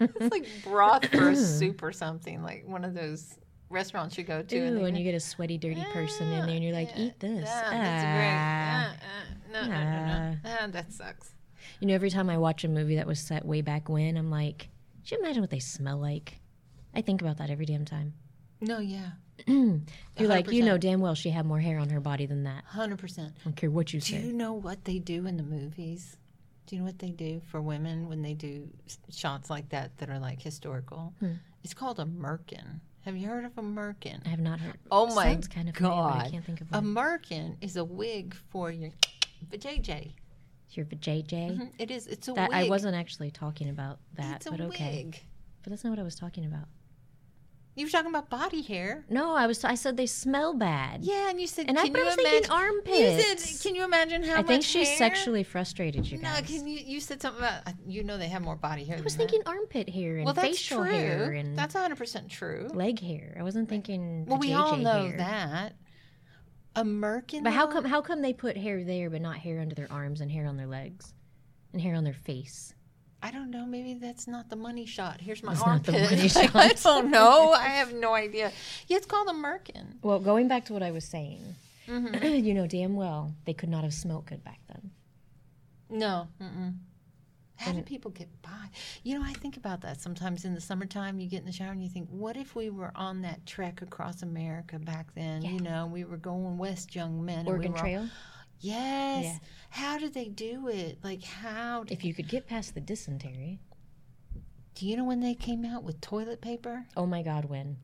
it's like broth for a soup or something, like one of those restaurants you go to.
Ooh,
they-
and you get a sweaty, dirty person in there, and you're like,
Yeah,
"Eat this."
yeah,
Ah.
that's great. Uh, uh, no, no, no, no. Ah, that sucks.
You know, every time I watch a movie that was set way back when, I'm like, "Could you imagine what they smell like?" I think about that every damn time.
No, yeah.
You're like, you
100%.
know damn well she had more hair on her body than that.
100%.
I don't care what you
Do
say.
you know what they do in the movies? Do you know what they do for women when they do s- shots like that that are like historical? It's called a merkin. Have you heard of a merkin?
Hmm. I have not heard.
Oh my
Sounds kind of familiar, but I
God. Um,
can't think of
A
what.
merkin is a wig for your vajayjay.
Your JJ.
Mhm, It is. It's a
That
wig.
I wasn't actually talking about that,
It's a
but okay.
wig.
But that's not what I was talking about.
You were talking about body hair.
No, I was. I said they smell bad.
Yeah, and you said,
And I-
can
but I
you
was
imagine
thinking
You
armpits.
said, can you imagine how
I
much
think she
hair?
sexually frustrated you
No,
guys.
can you? You said something about I- you know they have more body hair.
I was thinking armpit hair and
well, that's
facial
true.
hair and
that's hundred percent true.
leg hair. I wasn't thinking.
well,
the
we all
JJ
know
hair.
that. A merkin.
But how
though?
come? How come they put hair there but not hair under their arms and hair on their legs, and hair on their face?
I don't know. Maybe that's not the money shot. Here's my
That's not
armpit.
the money
Like, I
shot.
don't know. I have no idea. Yeah, it's called a merkin.
Well, going back to what I was saying,
Mm-hmm.
you know damn well they could not have smelt good back then.
No. Mm-mm. How do people get by? You know, I think about that sometimes in the summertime. You get in the shower and you think, what if we were on that trek across America back then? You know, we were going west, young men. and we
Oregon
were all-
Trail.
Yes.
Yeah.
How did they do it? Like, how? Did,
If you could get past the dysentery,
do you know when they came out with toilet paper?
oh my God, when?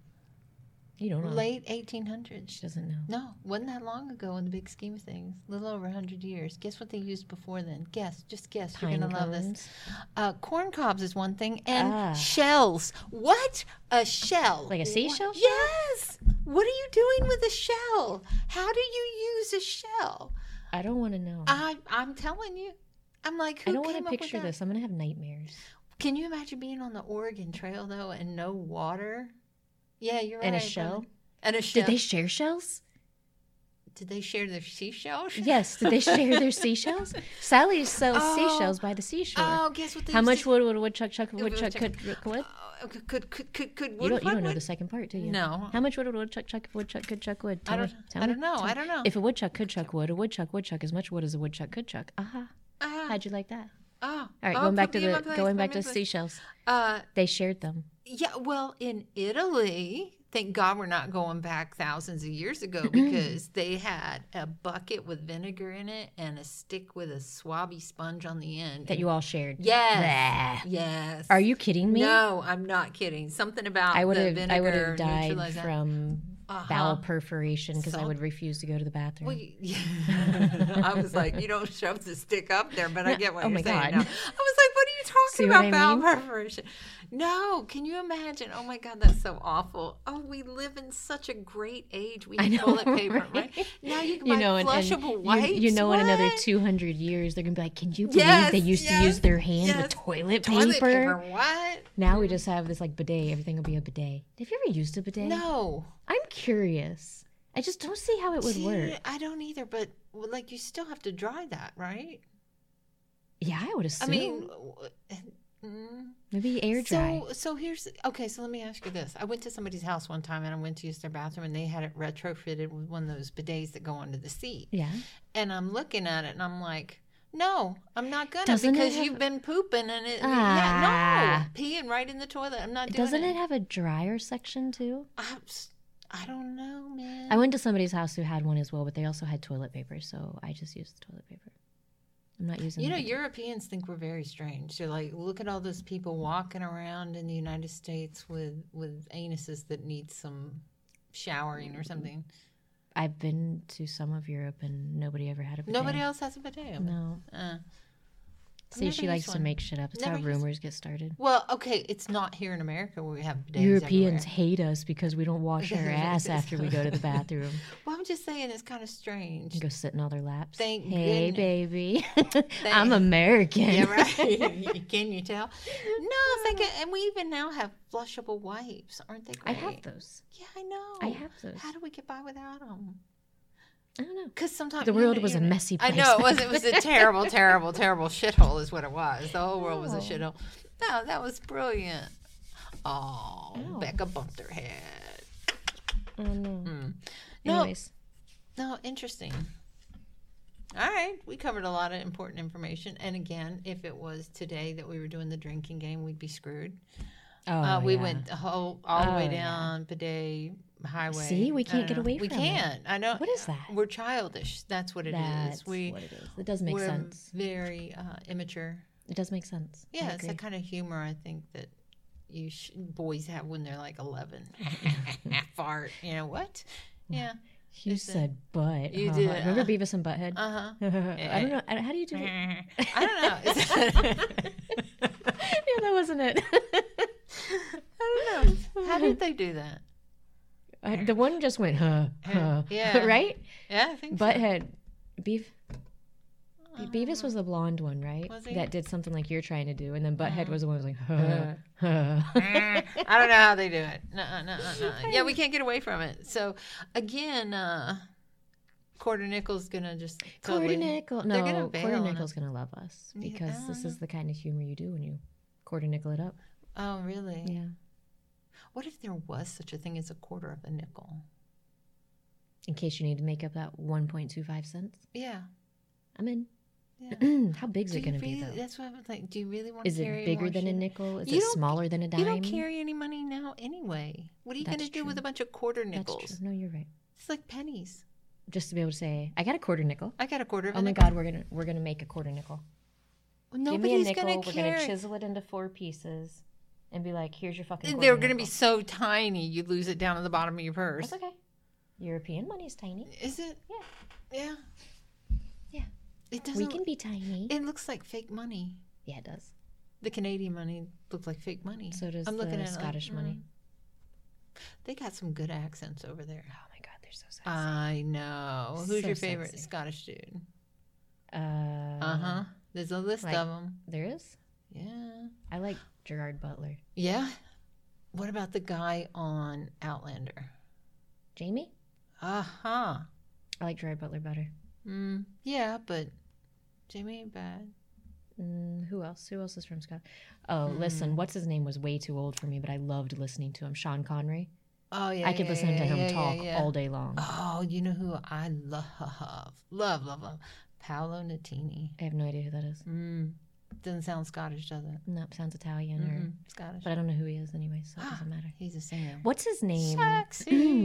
You don't know.
Late 1800s.
She doesn't know.
No, wasn't that long ago in the big scheme of things? A little over 100 years. Guess what they used before then? Guess, just guess. You're
Pine
going to love this.
cones.
Uh, corn cobs is one thing, and
Ah.
shells. What? A shell.
Like a
Wha-
seashell shell?
Yes. What are you doing with a shell? How do you use a shell?
I don't want to know.
I, I'm telling you. I'm like,
I
Uh, who
don't
came
want
up
to
with
picture
that?
this. I'm gonna have nightmares.
Can you imagine being on the Oregon Trail though and no water? Yeah, you're right.
And a
Brenda.
shell?
And a shell.
Did they share shells?
Did they share their seashells?
Yes, did they share their seashells? Sally sells
Oh.
seashells by the seashore.
Oh, guess what? They
How
used
much
to-
wood would a woodchuck chuck woodchuck
woodchuck-
could what?
Oh, could could could could, could
You
wood-
don't, you
what
don't know
wood-
the second part, do you?
No.
How much wood would a woodchuck chuck if a woodchuck could chuck wood? Tell me,
I don't.
tell
I
me,
don't know.
tell me.
I don't know.
If a woodchuck could chuck wood, a woodchuck would chuck as much wood as a woodchuck could chuck. Aha!
Ah,
How'd you like that?
oh,
All right,
oh,
going back to
put me in
the
my place,
going
put
back
me
to
in
the
place.
seashells.
Uh,
They shared them.
yeah. Well, in Italy, thank God we're not going back thousands of years ago because they had a bucket with vinegar in it and a stick with a swabby sponge on the end.
that you all shared.
Yes.
Bleh.
Yes.
Are you kidding me?
No, I'm not kidding. Something about
I would
the
have I would
vinegar
have died
neutralized that.
from
Uh-huh.
bowel perforation because I
Salt.
would refuse to go to the bathroom.
Well, you- I was like, you don't shove the stick up there, but I get what
Oh
you're
my
saying.
God.
now. I was like, what are you talking
See what
about,
I
bowel
mean?
perforation? No, can you imagine? Oh my God, that's so awful. Oh, we live in such a great age. We
I
have
know,
toilet paper, right?
right?
Now you can
you
buy
know, and, and
flushable wipes.
you, you know, in another
What?
two hundred years, they're gonna be like, "Can you believe
Yes,
they used
yes,
to use their hand
yes.
with toilet,
toilet
paper?
paper. What?
Now we just have this like bidet. Everything will be a bidet. Have you ever used a bidet?
No.
I'm curious. I just don't see how it would
See,
work.
I don't either, but well, like you still have to dry that, right?
Yeah, I would assume.
I mean, w- mm.
maybe air dry.
so so here's okay. So let me ask you this: I went to somebody's house one time and I went to use their bathroom, and they had it retrofitted with one of those bidets that go onto the seat.
yeah.
And I'm looking at it, and I'm like. No, I'm not gonna
Doesn't it
because
have-
you've been pooping and it.
Ah.
yeah, no, peeing right in the toilet. I'm not doing
Doesn't it have a dryer section too?
I'm s- I, don't know, man.
I went to somebody's house who had one as well, but they also had toilet paper, so I just used the toilet paper. I'm not using.
You
the
know,
bidet.
Europeans think we're very strange. They're like, look at all those people walking around in the United States with with anuses that need some showering or
Mm-hmm.
something.
I've been to some of Europe and nobody ever had a bidet.
Nobody else has a bidet.
No.
Uh,
See,
never
she
used
likes to
one.
make shit up. It's how
Never used-
rumors get started.
well, okay, it's not here in America where we have bidets.
Europeans
everywhere.
hate us because we don't wash our ass after we go to the bathroom.
Well, I'm just saying it's kind of strange.
and go sit in all their laps.
Thank
hey,
goodness.
baby. I'm American.
Yeah, right. Can you tell? No, I think, it- and we even now have flushable wipes, aren't they
I
great?
have those.
Yeah, I know.
I have those.
Oh, How do we get by without them?
I don't know.
Because sometimes
The
you
world
know-
was a
you know-
messy
I
place.
know it was.
back
It was a
then.
terrible, terrible, terrible shithole. Is what it was. The whole world was a
No.
shithole. No, that was brilliant. Oh,
Ow.
Becca bumped her head.
Oh, no.
Mm. No.
Anyways,
No, interesting. All right, we covered a lot of important information. And again, if it was today that we were doing the drinking game, we'd be screwed.
oh,
uh, we
yeah.
went the whole, all the way
Oh, yeah.
down bidet highway.
See, we
I
can't
don't
get
know.
away
We
from it.
can't. I know.
What is that?
We're childish. That's what it is.
That's
We
what it is. It does make
we're
sense.
very uh, immature.
It does make sense. I
Yeah, it's
agree.
the kind of humor I think that you sh- boys have when they're like eleven. Fart, you know what? Yeah.
you
it's a-
said butt.
You
huh?
did,
Remember
uh,
Beavis and Butthead?
Uh huh.
I don't know. I- How do you do it?
I don't know.
yeah, that wasn't it.
I don't know. How did they do that?
Uh, the one just went, huh, huh.
Yeah.
right?
Yeah, I think. so.
Butthead. Beef. Beavis was the blonde one, right?
Was he? Uh-huh.
That did something like you're trying to do, and then Butthead was the one who was like, huh, huh.
I don't know how they do it. Nuh-uh, nuh-uh, nuh-uh. Yeah, we can't get away from it. So, again, uh, quarter nickel's gonna just
Quarter
totally-
nickel.
They're
No,
gonna bail
quarter
on
nickel's gonna love us
Yeah, uh-huh.
because
I
this
don't
is the kind of humor you do when you quarter nickel it up.
Oh, really?
Yeah,
What if there was such a thing as a quarter of a nickel?
in case you need to make up that 1.25 cents.
Yeah.
I'm in.
Yeah.
How big's
Do
it
you
gonna be
really-
though?
That's what I'm like. Do you really want
Is
to carry
it bigger
more
than a
shit?
nickel? Is
You
it
don't-
smaller than a dime?
You don't carry any money now anyway. What are you going to
That's
do with
true.
a bunch of quarter
That's
nickels?
true. No, you're right.
It's like pennies.
Just to be able to say, I got a quarter nickel.
I got a quarter of a
Oh my
nickel.
god, we're gonna we're gonna make a quarter nickel. Give
Nobody's
me a
going
nickel.
to
We're gonna
carry.
chisel it into four pieces, and be like, here's your fucking.
They're
quarter
going to be
nickel.
so tiny, you lose it down at the bottom of your
That's
purse.
okay. European money's tiny.
Is it?
Yeah.
Yeah.
Yeah.
It doesn't.
We can be tiny.
It looks like fake money.
yeah, it does.
The Canadian money looked like fake money.
So does
I'm
the
looking at it like,
Scottish money.
mm. They got some good accents over there.
Oh my god, they're so sexy.
I know. Who's
So
your favorite
sexy.
Scottish dude?
Uh,
Uh huh. There's a list of 'em.
like-
of them.
There is.
Yeah.
I like Gerard Butler.
Yeah. What about the guy on Outlander?
Jamie?
Uh huh.
I like Gerard Butler better.
Mm, yeah, but Jimmy ain't bad.
Mm, who else? Who else is from Scott? Oh,
Hmm.
listen, what's his name was way too old for me, but I loved listening to him. Sean Connery.
Oh yeah,
I could
yeah,
listen
yeah,
to him
yeah, yeah,
talk
yeah.
all day long.
Oh, you know who I love, love, love, love, Paolo Nutini.
I have no idea who that is.
Mm. Doesn't sound Scottish, does it?
No, sounds Italian, or,
Mm-mm, Scottish.
but I don't know who he is anyway, so it doesn't matter.
He's a singer.
What's his name?
Sexy.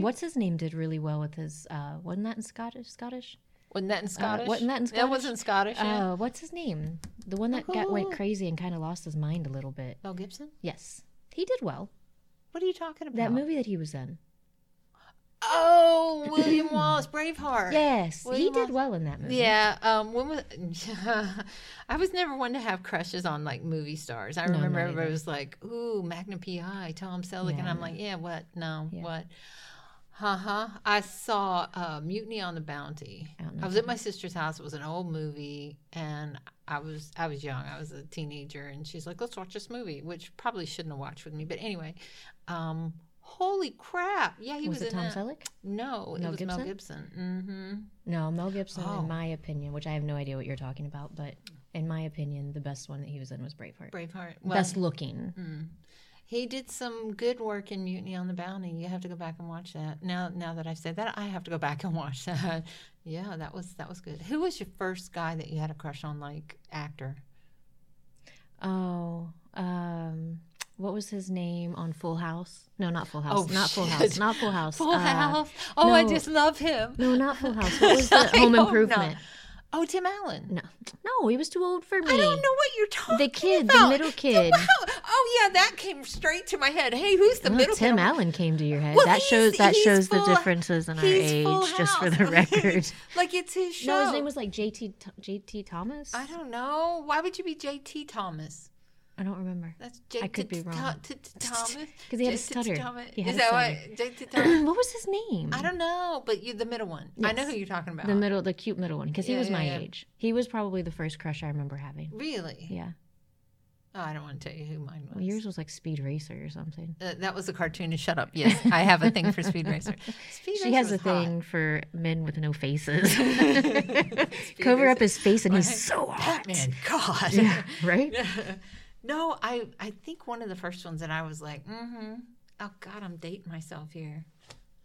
What's his name did really well with his. Uh, wasn't that in Scottish? Scottish.
Wasn't that in Scottish?
uh, wasn't that in
That
Scottish?
wasn't Scottish. Yeah.
Uh, what's his name? The one that got went
Who?
crazy and kind of lost his mind a little bit.
Mel Gibson.
Yes, he did well.
What are you talking about?
That movie that he was in.
Oh, William Wallace, Braveheart.
Yes, he did
William Wallace-
well in that movie.
Yeah, um, when was I was never one to have crushes on like movie stars. I
No,
remember
not
everybody
either.
was like, "Ooh, Magnum PI, Tom Selleck," and
Yeah.
I'm like, "Yeah, what? No,
Yeah.
what?" Uh huh. I saw uh, Mutiny on the Bounty.
I don't know
I was at my sister's house. It was an old movie, and I was I was young. I was a teenager, and she's like, "Let's watch this movie," which probably shouldn't have watched with me, but anyway. Um, holy crap! Yeah, he was,
was, it
in
Tom
that.
Selleck?
No, it
Mel
was Mel
Gibson?
Gibson. Mm-hmm.
No, Mel Gibson,
Oh.
in my opinion, which I have no idea what you're talking about, but in my opinion, the best one that he was in was Braveheart.
Mm-hmm. Braveheart.
best looking.
Mm. He did some good work in Mutiny on the Bounty. You have to go back and watch that. Now, now that I've said that, I have to go back and watch that. yeah, that was that was good. Who was your first guy that you had a crush on, like actor?
Oh, um, what was his name on Full House? No, not Full House.
Oh,
not Full
shit.
House. Not Full House.
Full
uh,
House. Oh, I
no.
just love him.
No, not Full House. What was the
I
Home
hope
Improvement?
not. Oh, Tim Allen.
No, no, he was too old for me.
I don't know what you're talking about.
The kid, the middle kid.
Wow. Oh yeah, that came straight to my head. Hey, who's the
Oh,
middle
Tim
kid?
Allen came to your head.
Well,
that
he's-
shows that
he's
shows
Full-
the differences in our
He's Full
age, just for the
House. I mean,
record.
like it's his show.
No, his name was like JT T- JT Thomas.
I don't know. Why would you be J.T. Thomas?
I don't remember.
That's J.T.
could be wrong.
Tho- T- T- Thomas.
'Cause he had a
J.T.
stutter.
Thomas.
He had
Is
a
that
stutter.
why? J.T. Thomas.
what was his name?
I don't know, but you the middle one. I know
Yes.
who you're talking about.
the middle, the cute middle one, because
Yeah,
he was
yeah,
my
yeah.
age. He was probably the first crush I remember having.
Really?
Yeah,
Oh, I don't want to tell you who mine was.
well, yours was like Speed Racer or something.
Uh, that was the cartoonist. Shut up. Yes, I have a thing for Speed Racer. Speed
She
Racer
has a
was hot.
thing for men with no faces. Cover up his face, and he's so hot.
Batman. God.
Yeah, right.
no, I I think one of the first ones that I was like, mm-hmm. Oh God, I'm dating myself here.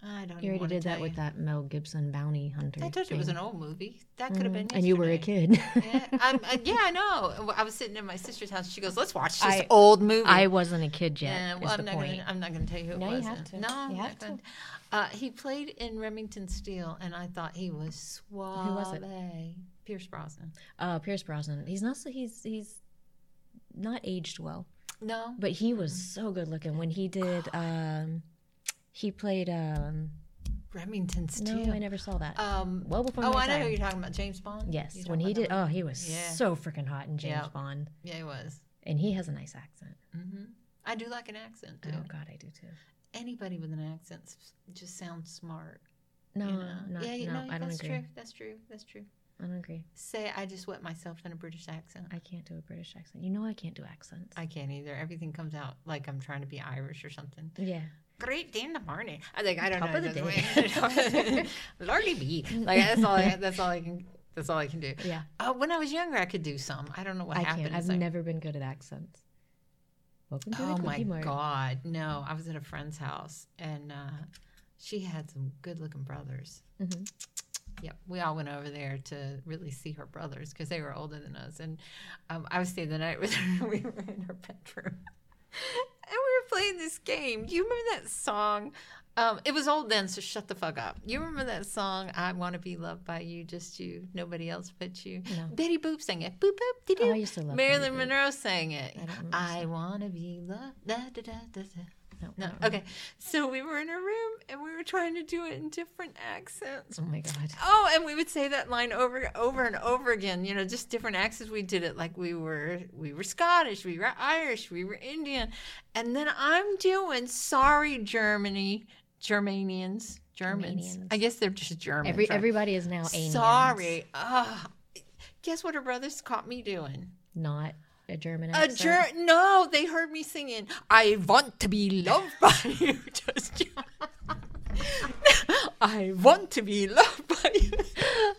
I don't.
You already
even wanna
did that
tell
with
you.
that Mel Gibson bounty hunter.
I told you it was
thing. Mm-hmm.
an old movie. That could have been.
and you were a
yesterday.
kid.
yeah, Eh, I'm, I, yeah, I know. I was sitting in my sister's house. She goes, "Let's watch this
I-
old movie."
I wasn't a kid yet.
Yeah, well,
is
I'm
the
not,
point.
gonna, I'm not gonna tell you who it
No,
was.
you have to.
No, I'm
You
not
have to.
gonna. Uh, he played in Remington Steel, and I thought he was suave.
was it?
Pierce Brosnan.
Uh, Pierce Brosnan. He's not. so He's he's not aged well,
No,
but he was
Mm.
so good looking when he did. Um, he played. Um,
Remington Steel.
no, I never saw that.
Um,
well before
oh,
my
I know who
time.
you're talking about. James Bond.
yes,
You're
when
talking
he did.
about
Oh, he was
Yeah.
so freaking hot in James
Yeah.
Bond,
that one. Yeah, he was. Mm-hmm.
and he has a nice accent.
I do like an accent too.
Oh God, I do too.
Anybody with an accent s- just sounds smart.
No,
you know?
not,
yeah, you
no,
know,
I don't
that's
agree.
true. That's true. That's true.
I don't agree.
Say, I just wet myself in a British accent.
I can't do a British accent. You know, I can't do accents.
I can't either. Everything comes out like I'm trying to be Irish or something.
yeah,
Great day in the morning. I like I don't
Top
know.
of the
that's way- Lordy be. Like that's all. I, that's all I can. That's all I can do.
yeah.
Uh, when I was younger, I could do some. I don't know what
I
happened.
can't.
It's
I've
like-
never been good at accents. Welcome to the
oh
Cookie
my
Mart.
god, no! I was at a friend's house and uh, she had some good-looking brothers.
Mhm.
Yep, we all went over there to really see her brothers because they were older than us. And um, I was staying the night with her. We were in her bedroom, and we were playing this game. Do you remember that song? Um, it was old then, so shut the fuck up. You remember that song? I want to be loved by you, just you, nobody else but you.
No.
Betty Boop sang it. Boop boop. Did
Oh,
you?
I used to love Betty
Marilyn
Boop.
Monroe sang it.
I don't remember
I want to be loved. Da, da, da, da, da.
No, I
No.
don't
Okay. So we were in a room and we were trying to do it in different accents.
Oh my god.
Oh, and we would say that line over over and over again, you know, just different accents. We did it like we were we were Scottish, we were Irish, we were Indian. And then I'm doing sorry Germany, Germanians, Germans.
Germanians.
I guess they're just Germans.
Every
right?
everybody is now Anians,
Sorry. Oh, guess what her brothers caught me doing?
not a German
A
accent.
ger- No, they heard me singing. I want to be loved by you, just you. I want to be loved by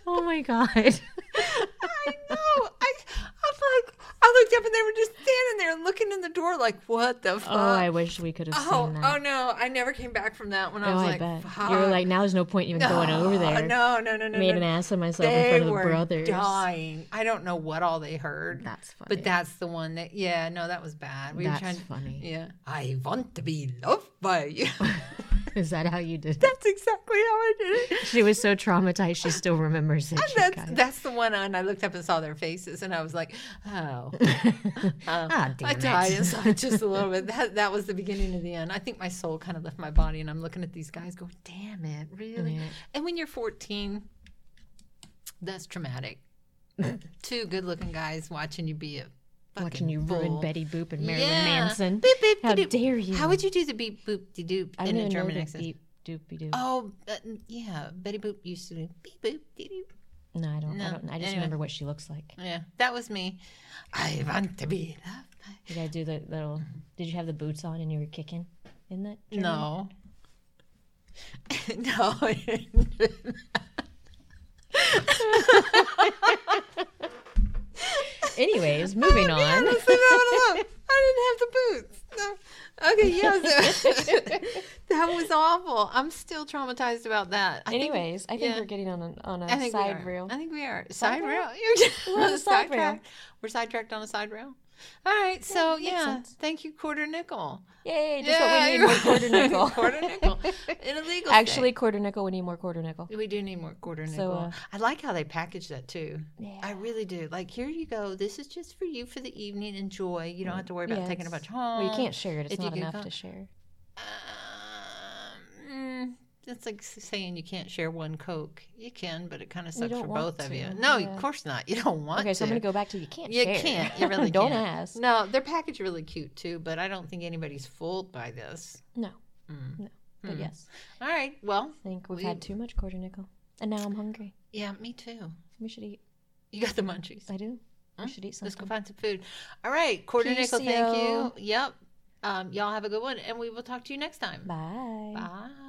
Oh my god.
I know. I, I'm like, I looked up and they were just standing there looking in the door, like, what the fuck?
Oh, I wish we could have seen
Uh, oh,
that.
oh, no. I never came back from that when I
Oh,
was
I
like,
bet.
fuck.
You were like, now there's no point even going over
"Oh,
there.
No, no, no, no.
Made
no.
an ass of myself
they
in front
were
of brothers.
dying. I don't know what all they heard.
That's funny.
But that's the one that, yeah, no, that was bad. We
That's
were trying to,
funny.
yeah. I want to be loved by you.
Is that how you did it?
that's exactly how I did it.
She was so traumatized she still remembers it. you
That's,
guys.
that's the one on. I looked up and saw their faces, and I was like, "Oh, um,
Ah, damn
I
it.
died inside just a little bit." That that was the beginning of the end. I think my soul kind of left my body, and I'm looking at these guys, going, "Damn it, really?"
Yeah.
And when you're 14, that's traumatic. Two good-looking guys watching you be a fucking
Watching you ruin
bull.
Betty Boop and Marilyn
Yeah.
Manson.
Beep, beep,
How
de-doop.
dare you.
How would you do the beep boop de doop
I
in
didn't
a
even
German
know that
accent?
beep doopy doop.
Oh, but- yeah, Betty Boop used to do beep boop de doop.
no, I don't. I
no.
don't. I just
Anyway.
remember what she looks like.
Yeah, that was me. I want to be loved by.
You gotta do the little. Did you have the boots on and you were kicking in that? German?
No. no. I didn't.
Anyways, moving on.
Honestly, that one alone. I didn't have the boots. No. Okay, yeah. So that was awful. I'm still traumatized about that. I think-
Anyways, I think
yeah.
we're getting on a, on
I
a
think we
side
are.
reel.
I think we are. Side,
rail?
rail. You're
We're on a side rail.
sidetracked. We're sidetracked on a side rail. All right. So,
makes
yeah.
sense.
Thank you, Quarter Nickel.
Yay! Just
Yeah,
what we need more
you're-
quarter nickel.
quarter nickel. An illegal.
Actually, quarter nickel. We need more quarter nickel.
thing. we do need more quarter nickel.
uh,
I like how they package that too.
Yeah.
I really do. Like, here you go. This is just for you for the evening. Enjoy. You don't have to worry about
Yeah,
taking a
it's-
bunch home.
Well, you can't share it. It's
If you
not
get
enough
caught-
to share.
Um, mm, it's like saying you can't share one Coke. You can, but it kind of sucks
don't
for
want
both of you.
to,
No,
yeah.
of course not. You don't want
Okay,
to.
so I'm gonna go back to you can't.
You
share.
can't. You really
don't
can't.
ask.
No, their package really cute too, but I don't think anybody's fooled by this.
No.
Mm.
No. But
Mm.
yes,
All right. Well,
I think we've
We-
had too much quarter nickel, and now I'm hungry.
yeah, me too.
We should eat.
You got the munchies.
I do.
Huh?
We should eat
Let's go
something.
find some food. All right, quarter nickel. Thank
PCO.
you. Yep. Um, y'all have a good one, and we will talk to you next time.
Bye.
Bye.